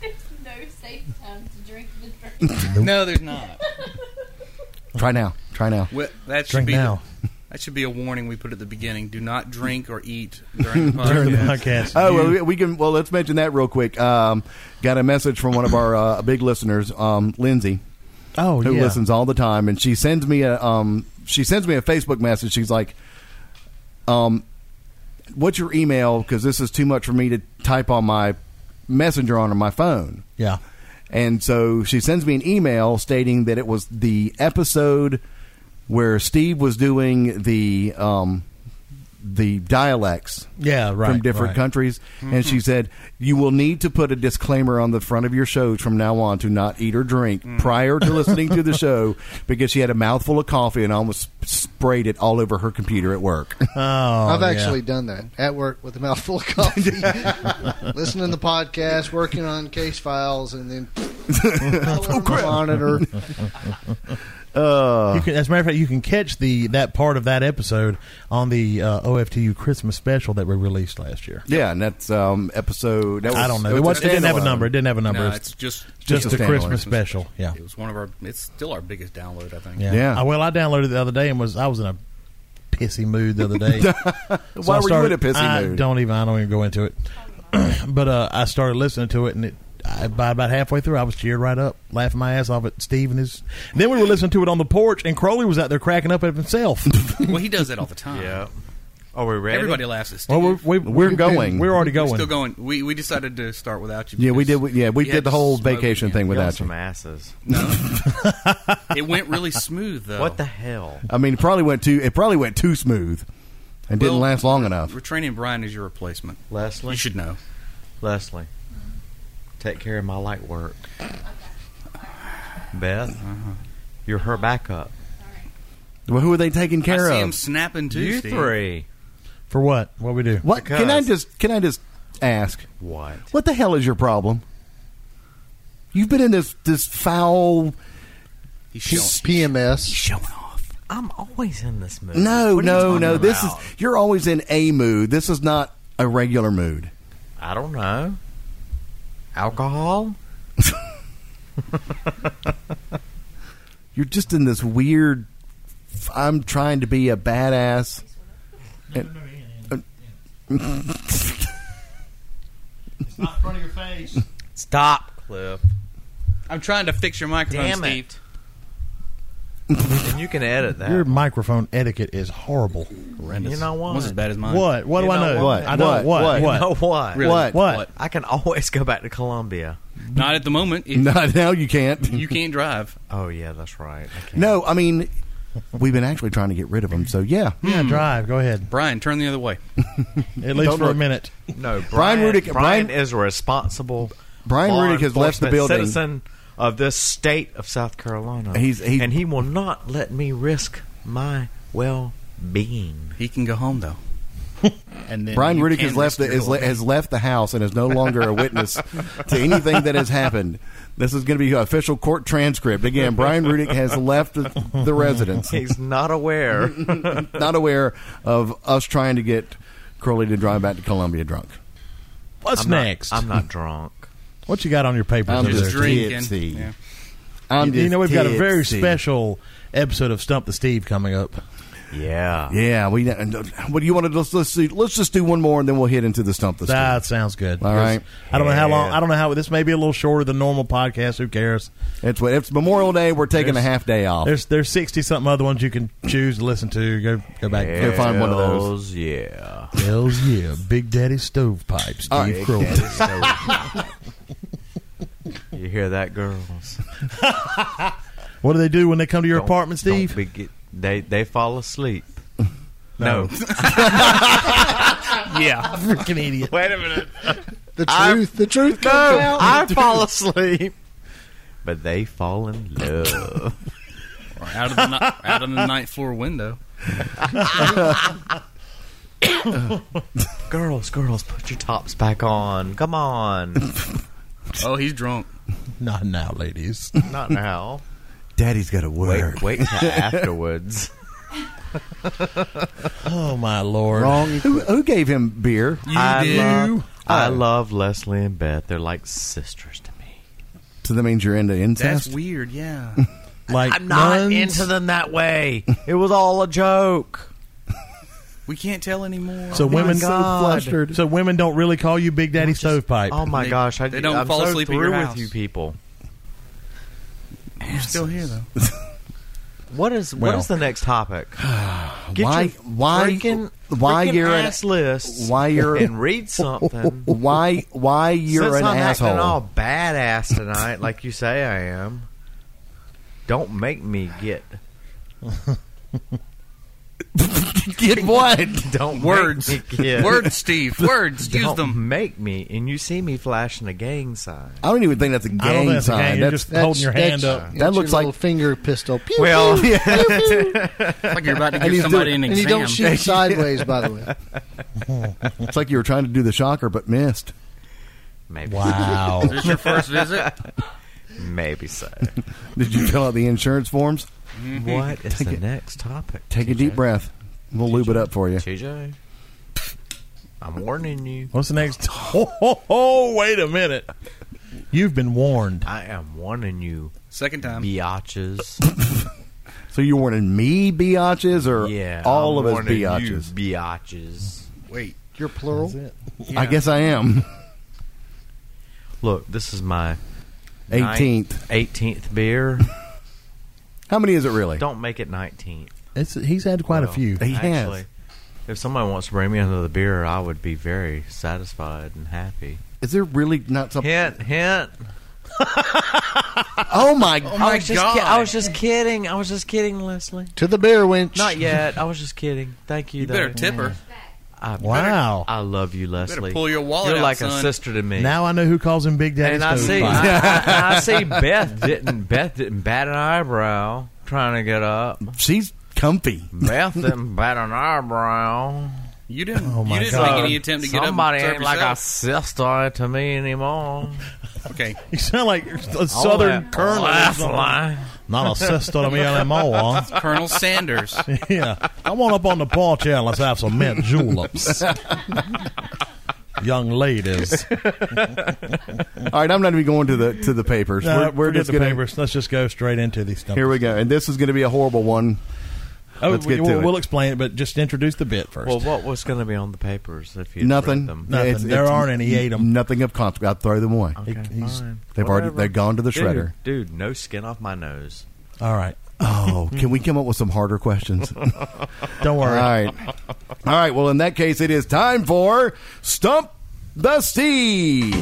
F: There's no safe time to drink
C: (laughs)
F: the drink.
C: No, there's not.
A: Try now. Try now.
C: Well, that should
B: Drink
C: be
B: now.
C: that should be a warning we put at the beginning. Do not drink or eat during the
B: (laughs)
C: podcast.
B: During the podcast.
A: Oh well, we- we can. Well, let's mention that real quick. Um, got a message from one of our uh, big listeners, um, Lindsay,
B: oh
A: who
B: yeah.
A: listens all the time, and she sends me a um, she sends me a Facebook message. She's like, um, "What's your email? Because this is too much for me to type on my messenger on my phone."
B: Yeah.
A: And so she sends me an email stating that it was the episode where Steve was doing the um, the dialects
B: Yeah, right.
A: from different
B: right.
A: countries, and
C: Mm-hmm.
A: she said you will need to put a disclaimer on the front of your shows from now on to not eat or drink
C: Mm.
A: prior to listening to
C: (laughs)
A: the show because she had a mouthful of coffee and almost sprayed it all over her computer at
C: (laughs)
A: work.
B: Oh,
E: I've
B: yeah.
E: actually done that at work with a mouthful
B: (laughs)
E: of coffee, listening to podcasts, working on case files,
B: (laughs)
E: and then all
B: Oh,
E: over my monitor.
B: You can, as a matter of fact, you can catch the that part of that episode on the uh, OFTU Christmas special that we released last year.
A: yeah, and that's um, episode. That was,
B: I don't know.
A: was
B: It, was,
A: a
B: it didn't have a
A: standalone.
B: number. It didn't have a number.
C: No,
B: It's
C: it's just
B: just,
A: just a
B: the
A: standalone.
B: Christmas special. Yeah.
C: It was one of our. It's still our biggest download, I think.
B: Yeah.
A: Yeah.
B: I- well, I downloaded it the other day and was I was in a pissy mood the other day. So
A: (laughs) Why were you
B: I
A: in
B: started-
A: a pissy
B: I
A: mood?
B: Don't even. I don't even go into it. (clears throat) but uh, I started listening to it, and it, I, by about halfway through, I was cheered right up, laughing my ass off at Steve and his. Then we were listening to it on the porch, and Crowley was out there cracking up at
A: (laughs)
B: himself.
C: Well, he does that all the time.
D: Yep. Uh-huh. Are we ready?
C: Everybody laughs at Steve.
B: well, we're, we, we're
A: going.
B: We're already
C: We're
B: going.
C: still going. We we decided to start without you.
A: Yeah, we did.
C: because
A: we- Yeah, we
C: you
A: did
C: had
A: the whole
C: smoke in
A: vacation
C: you.
A: thing
D: Y'all
A: without you.
D: some asses.
C: It went really smooth though.
D: What the hell?
A: I mean, it probably went too. It probably went too smooth, and didn't
C: Well,
A: last long enough.
C: We're training Brian as your replacement.
D: Leslie?
C: You should know.
D: Leslie, take care of my light work. Beth,
C: Uh-huh.
D: you're her backup.
A: Well, who are they taking
C: I
A: care
C: see
A: of?
C: him snapping too.
D: you
C: Steve.
D: three.
B: For what? What we do?
A: What can I
D: Because-
A: just can I just ask?
D: What?
A: What the hell is your problem? You've been in this this foul.
C: He's showing,
E: PMS.
D: Showing off. I'm always in this mood.
A: No,
D: What are you
A: no,
D: talking
A: no. This is
D: about?
A: you're always in a mood. This is not a regular mood.
D: I don't know. Alcohol?
A: You're just in this weird. I'm trying to be a
D: (laughs)
A: badass.
B: It's not in front of your face.
D: Stop, Cliff.
C: I'm trying to fix your microphone,
D: Damn
C: Steve.
D: it. and you can edit that.
B: Your microphone etiquette is horrible.
C: Horrendous.
D: You know what?
C: Almost as bad as mine.
B: What? What do
D: You
B: I
D: know
B: know?
A: what?
B: I know
A: What?
B: what?
A: What?
D: You know
B: What?
D: what?
C: Really?
A: What?
B: What?
D: I can always go back to Colombia.
C: Not at the moment. If
A: Not now. You can't.
C: You can't drive.
D: Oh yeah, that's right. I can't.
A: No, I mean, we've been actually trying to get rid of him. So yeah,
B: Yeah, drive. Go ahead.
C: Brian, turn the other way.
B: At least
A: Don't
B: for a
A: look.
B: minute.
D: no.
A: Brian
D: Brian,
A: Rudick-
D: Brian,
A: Brian-
D: is a responsible.
A: Brian
D: law
A: Rudick has left the
D: enforcement
A: building.
D: Citizen of this state of South Carolina.
A: He's- he-
D: and he will not let me risk my
A: (laughs)
D: well-being.
C: He can go home though. And then
A: Brian
C: you
A: Rudick
C: can
A: has left the,
C: risk your
A: has, le-
C: door.
A: has left the house and is no longer a witness to anything that has happened. This is going to be an official court transcript again. Brian Rudick has left the, the residence,
D: He's not aware.
A: not aware of us trying to get Crowley to drive back to Columbia drunk.
B: What's
D: I'm
B: next?
D: Not, I'm not drunk.
B: What you got on your papers?
A: I'm
B: over
A: just
B: there?
C: Just drinking.
A: tipsy.
C: Yeah.
A: I'm
B: You- you
A: just
B: know, we've got a very
A: tipsy.
B: special episode of Stump the Steve coming up.
D: Yeah.
A: Yeah, we. and, uh, What do you want to let's let's, see, let's just do one more and then we'll hit into the stump this time.
B: That sounds good.
A: All right.
B: I don't know how long.
D: Yeah.
B: I don't know how this may be a little shorter than normal podcast. Who cares?
A: It's what it's Memorial Day. We're taking a
B: There's-
A: half day off.
B: There's there's sixty something other ones you can choose to listen to. Go go back.
A: Go find one of those.
D: Hells Yeah.
B: Hells yeah, Big Daddy Stovepipe, Steve
A: All right.
B: Crowley.
D: you hear that, girls?
B: What do they do when they come to your
D: Don't-
B: apartment,
D: don't
B: Steve?
D: be get- they they fall asleep. No. (laughs)
B: yeah, (laughs) freaking idiot.
D: Wait a minute.
E: The
D: I-
E: truth. the truth
D: No,
E: comes out.
D: I fall asleep. But they fall in love. (laughs)
C: Or out of the ni- out of the ninth floor window.
D: girls, girls, put your tops back on. Come on.
C: Oh, he's drunk.
B: Not now, ladies.
D: Not now.
A: Daddy's got a word.
D: Wait, wait till afterwards.
B: Oh my lord!
E: Wrong.
A: Who, who gave him beer?
C: You
D: I
C: did.
D: love, I love Leslie and Beth. They're like sisters to me.
A: So that means you're into
C: That's
A: incest.
C: weird. Yeah.
B: Like
D: I'm not
B: nuns?
D: into them that way. It was all a joke.
C: we can't tell anymore.
B: So women,
A: so
D: God.
A: flustered.
B: so women don't really call you Big Daddy Stovepipe.
D: Oh my
C: They-
D: gosh! I,
C: they don't
D: I'm
C: fall
D: so
C: asleep at
D: through
C: your house.
D: with you people.
C: you're still here though.
D: What is
B: Well.
D: what is the next (sighs) topic? Get
A: Why-
D: your
A: why-
D: freaking,
A: why
D: freaking
A: you're an-
D: ass list?
A: why you're-
D: (laughs) and read something? (laughs)
A: why? Why you're
D: Since
A: an
D: I'm
A: asshole?
D: Acting all badass tonight, like you say I am. Don't make me get
A: (laughs) Get what?
D: don't
C: (laughs)
D: (laughs)
C: Words.
D: Make me get,
C: Words, Steve.
D: (laughs)
C: Words.
D: Don't
C: Use them.
D: Make me, and you see me flashing a gang sign.
A: I don't even think that's a gang
B: I don't think that's a
A: sign.
B: gang, you're
A: That's-
B: just- Holding your hand up.
E: that's
A: That
E: your
A: looks like-
E: little finger pistol. Pew,
D: Well, (laughs)
E: pew, pew, pew.
C: It's like you're about to
A: And he's
C: give somebody
A: doing-
C: an
E: and you
C: exam.
E: don't
A: (laughs)
E: shoot sideways, by the way.
A: it's like you were trying to do the shocker but missed.
D: Maybe,
B: Wow!
C: Is this your first visit?
D: (laughs) maybe so.
A: Did you fill out the insurance forms?
D: what is the next topic?
A: Take a
D: TJ?
A: deep breath. We'll lube it up for you.
D: TJ, I'm warning you.
B: (laughs) What's the next? (laughs) Oh, oh, oh, wait a minute! You've been warned.
D: I am warning you,
C: Second
D: Um,
C: time.
D: biatches.
A: So you're warning me biatches or
D: Yeah,
A: all of
D: I'm
A: us
D: warning you,
A: biatches?
D: biatches.
C: Wait.
E: You're plural.
A: I guess I
D: (laughs)
A: am.
D: Look, this is my
A: 18th.
D: 18th (laughs) beer.
A: How many is it really?
D: Don't make it 19th.
B: It's, he's had quite a
D: Well,
B: few.
A: He has.
D: Actually, if somebody wants to bring me another beer, I would be very satisfied and happy.
A: Is there really not something?
D: Hint, hint.
A: Oh my!
C: Oh my
D: I was just
C: God.
D: ki- I was just kidding. I was just kidding, Leslie.
E: To the beer
D: (laughs)
E: winch.
D: Not yet. I was just kidding. Thank you.
C: You
D: though.
C: better tip her.
D: I,
B: Wow!
D: I love you, Leslie.
C: pull your wallet
D: You're
C: out,
D: like a
C: son.
D: sister to me.
B: now I know who calls him Big Daddy
D: Oh, and I see,
B: Stovepipe.
D: I, I, I (laughs) see Beth didn't Beth didn't bat an eyebrow trying to get up.
A: She's comfy.
D: Beth didn't bat an eyebrow.
C: You didn't.
B: Oh, my
C: you didn't
B: God.
C: make any attempt to get
D: Somebody
C: up. and
D: ain't
C: serve
D: like a
C: yourself.
D: sister to me anymore.
C: Okay.
B: (laughs) You sound like a Southern Colonel. or
D: That's
B: something.
D: lie.
B: Not a sister to me (laughs) anymore.
C: Colonel Sanders.
B: Yeah. Come on up on the porch here and let's have some mint juleps. Young ladies.
A: All right, I'm not even going to the to the papers. we're
B: Uh,
A: we're
B: forget
A: just
B: the
A: gonna.
B: papers. Let's just go straight into these numbers.
A: Here we go, and this is going to be a horrible one.
B: Oh,
A: let's get to
B: we'll,
A: it.
B: we'll explain it, but just introduce the bit first.
D: Well, what was going to be on the papers if you
A: Nothing.
D: Read them?
B: Nothing. There aren't any. He ate 'em.
A: Nothing of consequence. I'd throw them away.
D: Okay,
B: He- he's-
D: fine.
A: They've already-
D: Whatever.
A: they've gone to the
D: Dude,
A: shredder.
D: Dude, no skin off my nose.
B: All right.
A: Oh, can we come up with some harder questions? All
B: (laughs) Don't worry.
A: right, all right. Well, in that case, it is time for stump the Steve.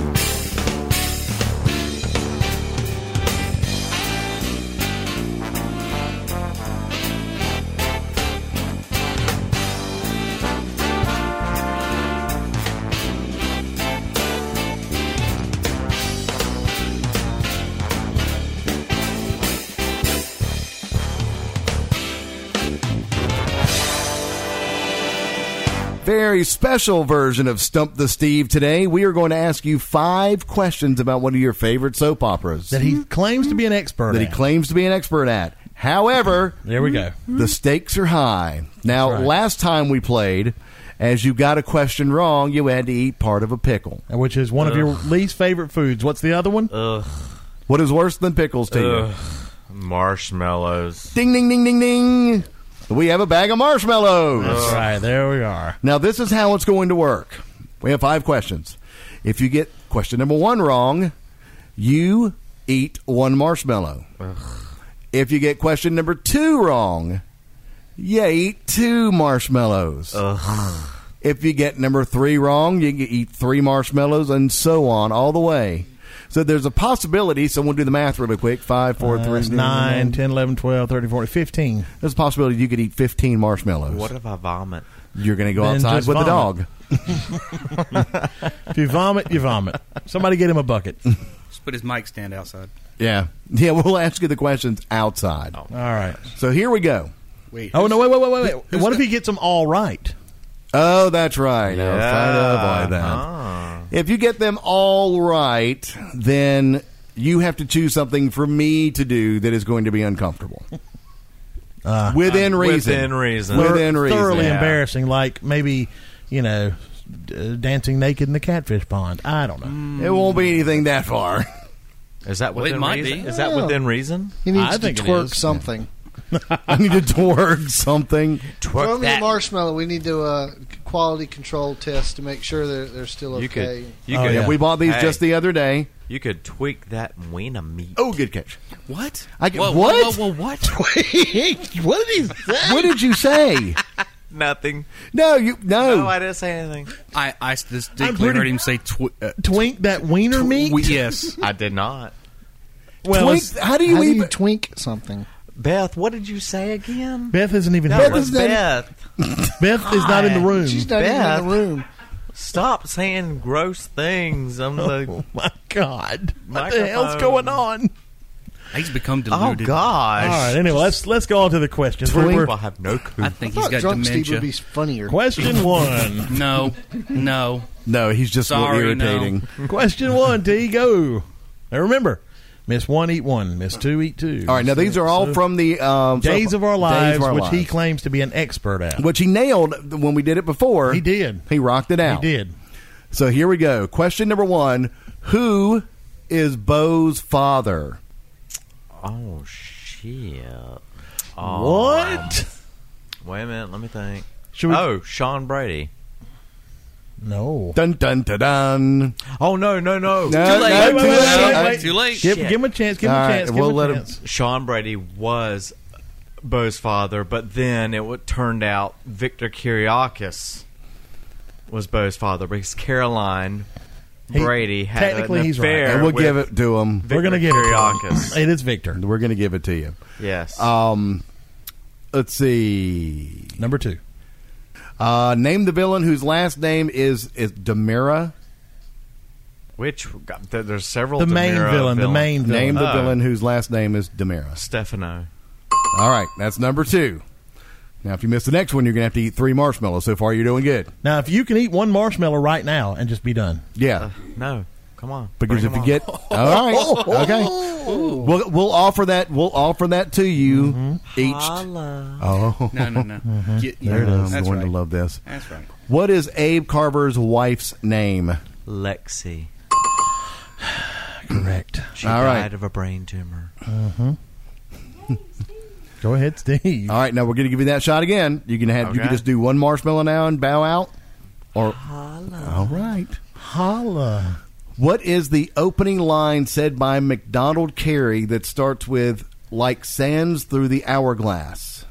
A: Very special version of Stump the Steve today. We are going to ask you five questions about one of your favorite soap operas
B: That he claims to be an expert.
A: that he
B: at.
A: claims to be an expert at. However,
B: There we go.
A: The stakes are high. Now,
B: That's right.
A: last time we played, as you got a question wrong, you had to eat part of a pickle.
B: Which is one of your least favorite foods. What's the other one?
D: Ugh.
A: What is worse than pickles to you?
D: Ugh. Marshmallows.
A: Ding, ding, ding, ding, ding. We have a bag of marshmallows.
B: That's right. There we are.
A: Now, this is how it's going to work. We have five questions. If you get question number one wrong, you eat one marshmallow. If you get question number two wrong, you eat two marshmallows. If you get number three wrong, you can eat three marshmallows and so on all the way. So there's a possibility, someone do the math really quick five, four, three,
B: That's 9, 10, 11, 12, 13, 14, 15.
A: There's a possibility you could eat 15 marshmallows.
D: What if I vomit?
A: You're going to go
B: Then
A: outside
B: just
A: with the
B: vomit.
A: dog.
B: If you vomit, you vomit. Somebody get him a bucket. (laughs) All
C: Just put his mic stand outside.
A: Yeah. (laughs) Yeah, we'll ask you the questions outside.
B: Oh. right.
A: So here we go.
C: Wait.
B: Oh, no, wait, wait, wait, wait. wait. What if he gets them all right?
A: Oh, that's right. I
B: uh-huh.
D: Uh-huh.
A: was trying to avoid that.
D: Ah.
A: If you get them all right, then you have to choose something for me to do that is going to be uncomfortable. Uh, within reason.
D: Within reason.
A: Within
B: Thor-
A: reason.
B: Thoroughly
D: Yeah.
B: embarrassing, like maybe you know, d- uh, dancing naked in the catfish pond. I don't know.
A: It won't be anything that far. (laughs)
D: Is that
C: Well,
D: within
C: it might
D: reason?
C: be.
D: Is that
E: Yeah.
D: within reason?
E: He needs
B: I
E: to
B: think it
E: twerk
B: is.
E: something.
A: I need to twerk something.
E: Throw me a marshmallow. We need to uh, quality control test to make sure they're, they're still okay.
D: You could, you
B: Oh,
D: could,
B: yeah.
A: We bought these
D: Hey,
A: just the other day.
D: You could tweak that wiener meat.
A: Oh, good catch.
C: What?
A: I get-
C: Whoa,
A: what?
C: Whoa, whoa,
D: (laughs)
C: what?
E: what did he say?
A: What did you say?
D: Nothing.
A: No, you no.
D: No, I didn't say anything.
C: I, I s- this
B: I'm
C: distinctly
B: pretty-
C: heard him say twi- uh,
B: Twink that wiener meat.
C: we- yes.
D: I did not.
B: well,
A: Twink-
B: it's-
A: how do
E: How
A: you
E: do
A: even?
E: you twink something?
D: Beth, what did you say again?
B: Beth isn't even
D: That
B: here.
D: was
A: is not-
D: Beth.
B: Beth is not in the room.
E: She's not
D: Beth.
E: even in the room.
D: Stop saying gross things. I'm
B: Oh
D: like,
B: my god! What the
D: Microphone.
B: hell's going on?
C: He's become
D: oh
C: deluded.
D: gosh.
B: All right. Anyway, let's let's go on to the questions. We're-
D: People
B: we're-
D: have no clue.
C: I think
E: I
C: he's
E: thought
C: got
E: drunk Steve
C: dementia.
E: would be
A: (laughs)
E: funnier.
B: question one.
C: no, no.
A: no, he's just a
C: Sorry,
A: little irritating.
B: question one. T go. Now remember, miss one eat one, miss two eat two.
A: All right, now these are all from the um,
B: Days of Our
A: Days
B: Lives,
A: Our
B: which he
A: Lives.
B: claims to be an expert at.
A: which he nailed when we did it before.
B: He did.
A: He rocked it
B: He
A: out.
B: did.
A: So here we go. Question number one: Who is Bo's father?
D: Oh shit.
B: what?
D: Wait a minute. Let me think.
B: Should we-
D: Oh, Sean Brady.
B: No.
A: Dun dun dun dun.
D: Oh no no
A: No,
D: no. Too late.
A: no,
B: Wait, wait,
A: too
B: wait,
A: late.
B: wait,
A: Uh,
B: wait.
C: Too late.
B: Give,
D: Shit.
B: give him a chance. Give him
A: All
B: a
A: right,
B: chance. give
A: we'll
B: him a
A: let him-
B: chance.
D: Sean Brady was Bo's father, but then it wa- turned out Victor Kiriakis was Bo's father because Caroline
B: He-
D: Brady had
B: technically
D: an
B: he's right.
D: affair.
A: And we'll
D: with
A: give it to him.
B: We're gonna
D: Victor
B: give it. to him.
D: Kiriakis.
B: It is Victor.
A: We're going to give it to you.
D: Yes.
A: Um, let's see.
B: Number two.
A: Uh, name the villain whose last name is is Demira.
D: Which got- there- there's several.
B: The main
D: Demiro
B: villain, The main villain.
A: Name the
D: Oh.
A: villain whose last name is Demira.
D: Stefano.
A: All right, that's number two. Now, if you miss the next one, you're going to have to eat three marshmallows. So far, you're doing good.
B: Now, if you can eat one marshmallow right now and just be done.
A: Yeah.
D: Uh, no, come on.
A: Because if
D: Bring him
A: you
D: on. (laughs)
A: get all right, okay, we'll we'll offer that we'll offer that to you
D: Mm-hmm.
A: each.
D: Holla.
A: Oh,
C: No, no, no. Get,
A: there it is. I'm
C: That's
A: going
C: right.
A: to love this.
C: That's right.
A: What is Abe Carver's wife's name?
D: Lexi,
B: Correct.
D: she
A: All
D: died
A: right.
D: of a brain tumor.
B: Go ahead, Steve.
A: All right, now we're going to give you that shot again. You can have you can
D: Okay.
A: just do one marshmallow now and bow out, or all right.
B: Holla.
A: What is the opening line said by McDonald Carey that starts with "like sands through the hourglass"?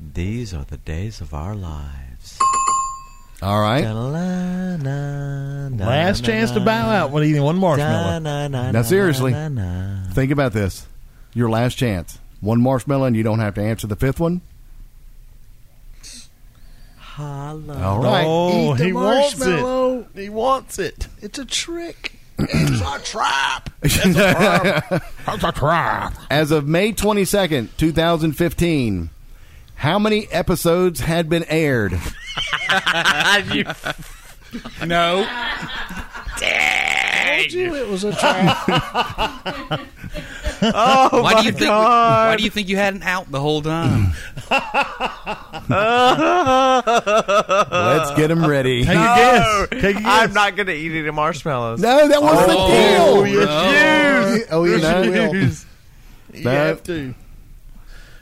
D: These are the days of our lives.
A: All right,
D: Last
B: Last chance to bow out when eating one marshmallow.
A: Now,
D: Now
A: seriously. think about this. Your last chance. One marshmallow, and you don't have to answer the fifth one. All right.
B: Oh,
E: Eat the
B: he wants
E: marshmallow.
B: it. He wants it.
E: It's a trick.
A: (laughs) As of May 22nd, 2015, how many episodes had been aired?
C: (laughs) No.
E: Told you it was (laughs) a trick.
C: why do you think? Why do you think you had an out the whole time?
A: Let's get them ready.
B: (laughs) Take
A: No,
B: a guess. Take a guess.
D: I'm not going to eat any marshmallows.
A: that was
B: Oh,
A: the deal.
E: oh, yeah, you will.
B: You
A: No.
B: have to.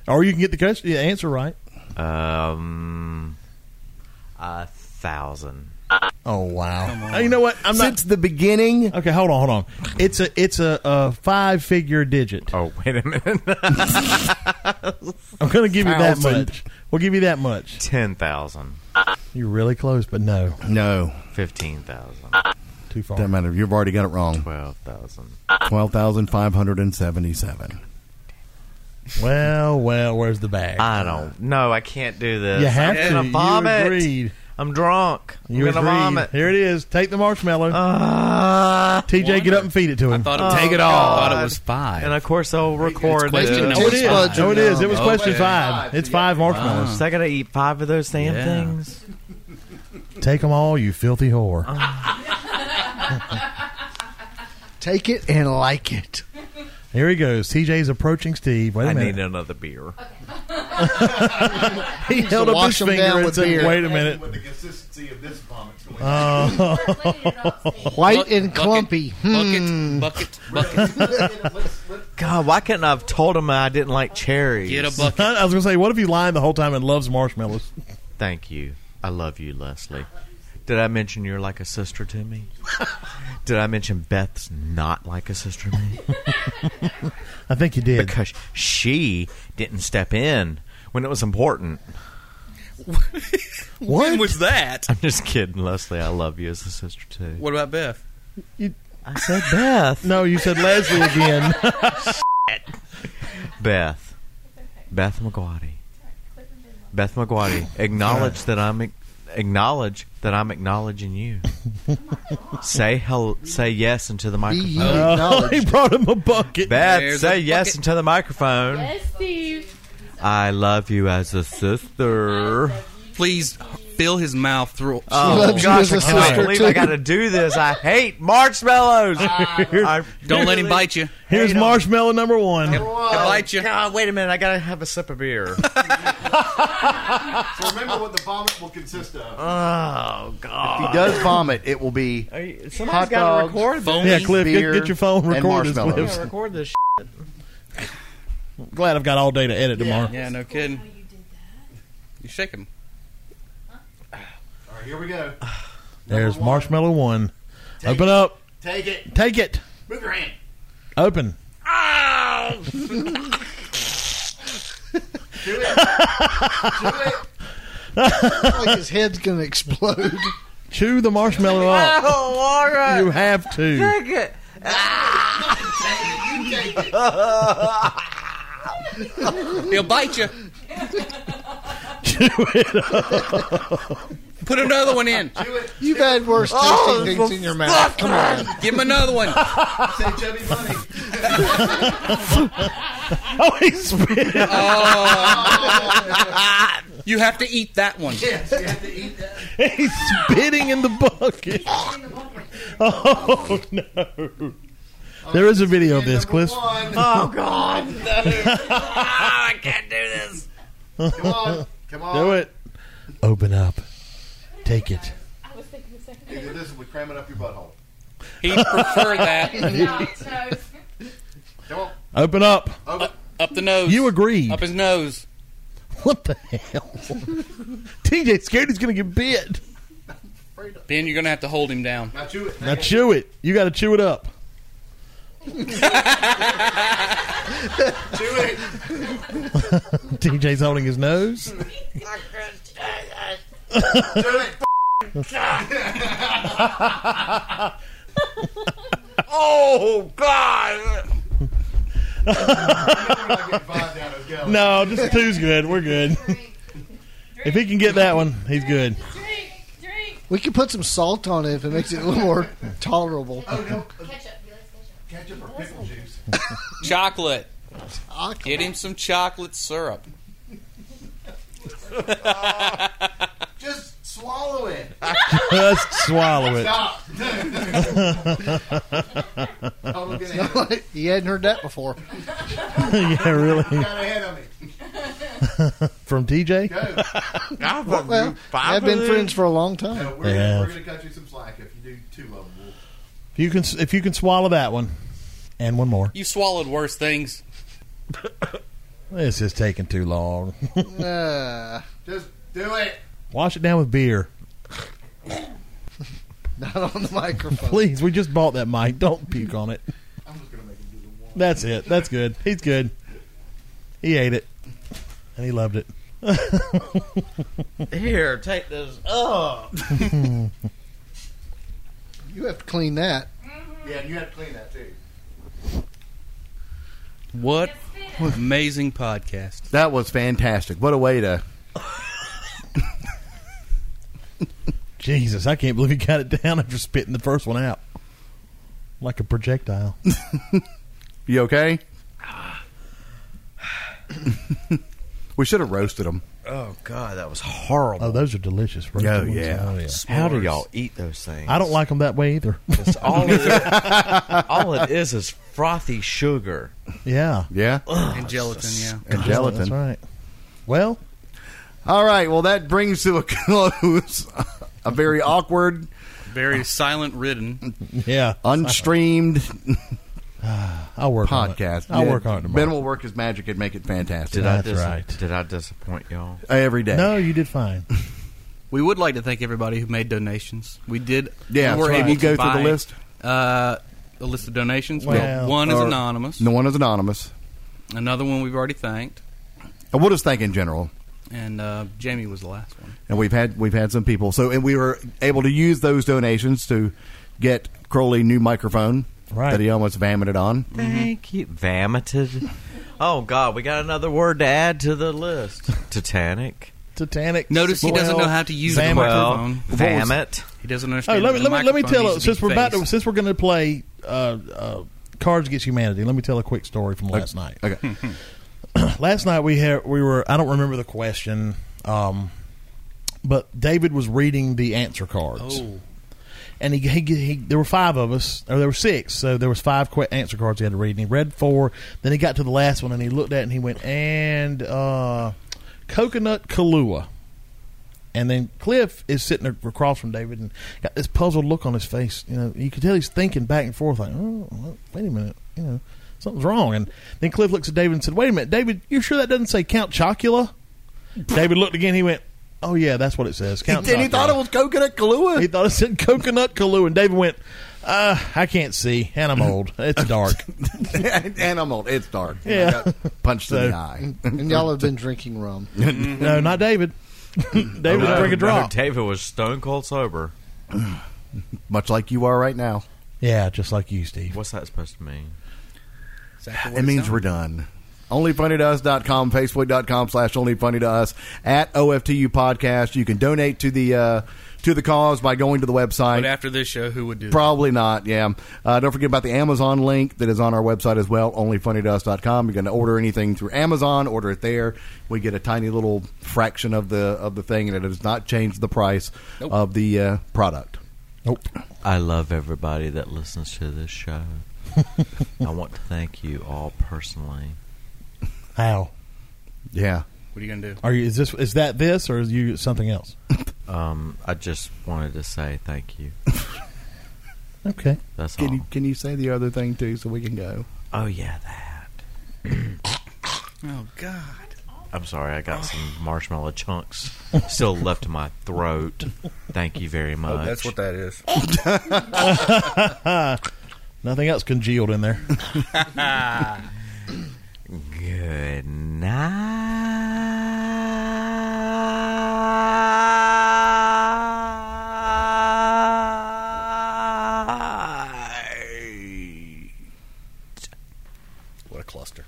B: Or you can get the question, the answer right.
D: Um, a thousand.
B: Oh wow! You know what? I'm not.
A: Since the beginning,
B: Okay, hold on, hold on. It's a it's a, a five figure digit.
D: Oh (laughs) wait a minute,
B: I'm going to give you that
A: Thousand.
B: much. We'll give you that much.
D: ten thousand,
B: You're really close, but no,
A: no,
D: fifteen thousand,
B: too far.
A: doesn't matter. You've already got it wrong.
D: twelve thousand.
A: 12,577.
B: Well, well, where's the bag?
D: I don't. Oh, No, I can't do this.
B: You have
D: I'm
B: to.
D: Gonna vomit.
B: You agreed.
D: I'm drunk.
B: You
D: I'm gonna
B: agreed.
D: vomit.
B: Here it is. Take the marshmallow.
D: Ah.
B: TJ, get up and feed it to him.
C: Thought it
D: Oh,
C: was,
D: Take it
C: I
D: off.
C: Thought it was five.
D: and of course, I'll record
B: no,
D: it.
C: question
B: it
E: It's
B: is.
E: fudge
B: No, it
E: or
B: is. It was
C: no.
B: question
C: Okay.
B: five. It's five marshmallows.
D: So I gotta eat five of those damn
C: Yeah.
D: things.
B: Take them all, you filthy whore.
E: Take it and like it.
B: Here he goes. TJ's approaching Steve. Wait a
D: I
B: minute.
D: need another beer.
B: He held up
E: wash
B: his
E: them
B: finger
E: down
B: and
E: with
B: said,
E: beer.
B: "Wait a minute."
A: the consistency of this vomit's going
B: Uh,
E: White
C: Buck-
E: and
C: bucket,
E: clumpy.
C: Bucket, bucket, bucket.
D: God, why couldn't I have told him I didn't like cherries?
C: Get a bucket.
B: (laughs) I was going to say, what if he lied the whole time and loves marshmallows?
D: Thank you. I love you, Leslie. Did I mention you're like a sister to me? Did I mention Beth's not like a sister to me?
B: I think you did.
D: Because she didn't step in when it was important. (laughs)
C: When was that?
D: I'm just kidding, Leslie. I love you as a sister too.
C: What about Beth?
D: I said Beth.
B: No, you said Leslie again.
D: Beth. Beth McGuady. Beth McGuady. Acknowledge that I'm ac- acknowledge that I'm acknowledging you. say hel- say yes into the
E: Be you
D: microphone.
B: Uh, (laughs) he
E: acknowledged.
B: brought him a bucket.
D: Beth,
C: There's
D: say
C: a
D: yes
C: bucket.
D: into the microphone.
F: Yes, Steve.
D: I love you as a sister.
C: Please fill his mouth through.
E: loves you
D: gosh,
E: as a
D: I can't
E: sister,
D: believe
E: too.
D: I got to do this. I hate marshmallows. I
C: Don't let him
D: really-
C: bite you.
B: Here's
D: Hey, no.
B: marshmallow number one.
C: He'll bite you.
D: God, wait a minute. I got to have a sip of beer.
A: So remember what the vomit will consist of.
D: oh,
A: If
D: God.
A: he does vomit, it will be
D: Are you-
A: Hot
D: Somebody's got to
A: dogs.
D: record this.
C: Phone
B: Yeah, Cliff, get,
A: beer
B: get your phone
A: and
B: recorded.
A: marshmallows.
D: Yeah, record this.
B: Glad I've got all day to edit tomorrow.
C: Yeah, no kidding. You shake him.
A: All right, here we go.
B: There's
A: one.
B: marshmallow one. Open up.
A: Take it.
B: Take it.
A: Move your hand.
B: Open.
A: Do it. Do it.
E: like (laughs) his head's going to explode.
B: Chew the marshmallow up.
D: Oh, all right.
B: You have to.
D: Take it.
C: He'll bite you. Put another one in.
E: (laughs) You've had worse tasting things in your mouth. Come on.
C: Give him another one.
A: Say chubby bunny.
B: (laughs) Oh, he spit.
C: Oh. You have to eat that one.
A: Yes, you have to eat that.
B: He's spitting in the bucket. Oh no! There is a video of this, Cliff.
A: One.
D: Oh,
C: (laughs)
D: God.
C: Oh, I can't do this.
A: Come on. Come on.
B: Do it. Open up. Take it.
F: I was thinking the same
A: You
F: thing.
A: do this with cramming up your butthole.
C: He'd prefer that.
F: It's not, no.
A: Come on.
B: Open up.
A: Over.
C: Up the nose.
B: You agree.
C: Up his nose.
B: What the hell? (laughs) TJ scared he's gonna get bit.
C: Then you're gonna have to hold him down.
A: Now chew it.
B: Now chew it. You got to chew it up.
A: Chew it.
B: (laughs) TJ's holding his nose.
A: Do it.
D: (laughs) Oh, God.
A: We're not getting five down those galleys.
B: No, just two's good. We're good. If he can get that one, he's good. (laughs)
F: Drink, drink.
E: We could put some salt on it if it makes it a little more tolerable. (laughs)
F: Ketchup. You like ketchup?
A: Ketchup or pickle juice.
C: Chocolate.
E: Ah,
C: Get him some chocolate syrup.
A: Just swallow (laughs) it.
B: Just swallow it.
A: Stop. Total good answer.
E: you hadn't heard that before.
B: yeah, really.
A: Got ahead of me.
B: From TJ.
A: Go.
E: Well, I've been friends for a long time.
A: No, we're
B: Yeah.
A: gonna, we're gonna cut you some slack if you do two of them. We'll
B: If you can, if you can swallow that one, and one more.
C: You swallowed worse things.
B: This is taking too long.
E: Uh,
A: just do it.
B: (laughs) Wash it down with beer,
E: not on the microphone.
B: please. We just bought that mic. Don't puke on it.
A: I'm just gonna make him do the one.
B: That's it. That's good. He's good. He ate it, and he loved it.
D: Here, take this. Oh.
E: You have to clean that.
A: Yeah, and you have to clean that too.
C: What amazing podcast.
A: That was fantastic. What a way to.
B: Jesus, I can't believe he got it down after spitting the first one out like a projectile.
A: You okay? (sighs) We should have roasted them.
D: Oh God, that was horrible.
B: Oh, those are delicious. roasted
A: (laughs) Oh,
B: ones.
A: yeah.
B: Oh, yeah.
D: How do y'all eat those things?
B: I don't like them that
A: (laughs)
B: way either.
D: It's all,
B: (laughs)
D: it, all it is is frothy sugar.
B: yeah.
A: Yeah,
C: and gelatin. Yeah,
A: and
B: That's
A: gelatin.
B: right. Well,
A: All right. Well, that brings to a (laughs) close a very awkward,
C: very silent ridden.
B: yeah.
A: unstreamed
B: I'll work on it.
A: podcast.
B: I'll
A: Yeah,
B: work on it tomorrow.
A: Ben will work his magic and make it fantastic Uh,
D: Did I
B: That's
D: dis-
B: right.
D: Did I disappoint y'all?
A: every day.
B: no, you did fine. (laughs)
C: We would like to thank everybody who made donations. We did.
A: Yeah,
C: we were
A: that's right.
C: able
A: You
C: to
A: go through the
C: buy,
A: list?
C: Uh, the list of donations. We-
B: Well,
C: one is
A: or-
C: anonymous.
A: No one is anonymous.
C: Another one we've already thanked,
A: And we'll just thank in general.
C: and uh, Jamie was the last one.
A: And we've had we've had some people. So and we were able to use those donations to get Crowley new microphone
B: Right.
A: that he almost vomited on.
D: Thank you. Vomited. Oh God, we got another word to add to the list. Titanic.
B: Titanic.
C: Notice he doesn't
B: well,
C: know how to use
B: Sam-
C: the
D: Well,
C: microphone.
D: Oh, vomit.
C: He doesn't
B: Oh,
C: understand.
B: let me
C: that the
B: let me let me
C: microphone
B: tell
C: needs
B: a-
C: to be
B: since we're about to
C: faced.
B: since we're going to play uh, uh, Cards Against Humanity. Let me tell a quick story from last night. (laughs)
A: Okay.
B: (clears throat) last night we had we were I don't remember the question, um, but David was reading the answer cards.
C: Oh.
B: And he, he, he, there were five of us, or there were six, so there was five que- answer cards he had to read. And he read four. Then he got to the last one, and he looked at it, and he went, and uh, coconut Kahlua. And then Cliff is sitting ac- across from David, and got this puzzled look on his face. You know, you could tell he's thinking back and forth, like, oh, wait a minute, you know, something's wrong. And then Cliff looks at David and said, "Wait a minute, David, you sure that doesn't say Count Chocula?" David looked again. He went, "Oh yeah, that's what it says." Count
A: and he
B: Chocula."
A: thought it was coconut Kahlua.
B: He thought it said coconut Kahlua, and David went, uh, I can't see, and I'm old. It's dark.
D: (laughs)
A: Animal. It's dark.
B: Yeah.
A: I got punched in the
B: So-
A: eye.
E: And y'all have been drinking rum.
B: (laughs) no, not David. David, was
D: No,
B: drink a
D: no,
B: drop.
D: David was stone cold sober.
A: Much like you are right now.
B: yeah, just like you, Steve.
D: What's that supposed to mean?
C: Exactly what
A: It means
C: sounds
A: we're done. OnlyFunnyToUs.com, Facebook.com slash OnlyFunnyToUs, at OFTU Podcast. You can donate to the uh, to the cause by going to the website.
C: But after this show, who would do that?
A: Probably not, yeah. Uh, don't forget about the Amazon link that is on our website as well, onlyfunnytous.com. You're going to order anything through Amazon, order it there. We get a tiny little fraction of the of the thing, and it does not change the price
C: Nope.
A: of the uh, product.
B: Nope.
D: I love everybody that listens to
A: (laughs)
D: this show. I want to thank you all personally.
B: How
A: Yeah.
C: What are you gonna do?
B: are you? Is this? Is that this, or is you something else?
D: Um, I just wanted to say thank you.
B: Okay.
D: That's all.
A: Can you, can you say the other thing, too, so we can go?
D: oh yeah, that.
C: Oh God!
D: I'm sorry, I
A: (sighs)
D: got some marshmallow chunks still left in my throat. Thank you very much.
A: Oh,
C: that is.
B: Nothing else congealed in there.
D: Good night.
C: What a cluster.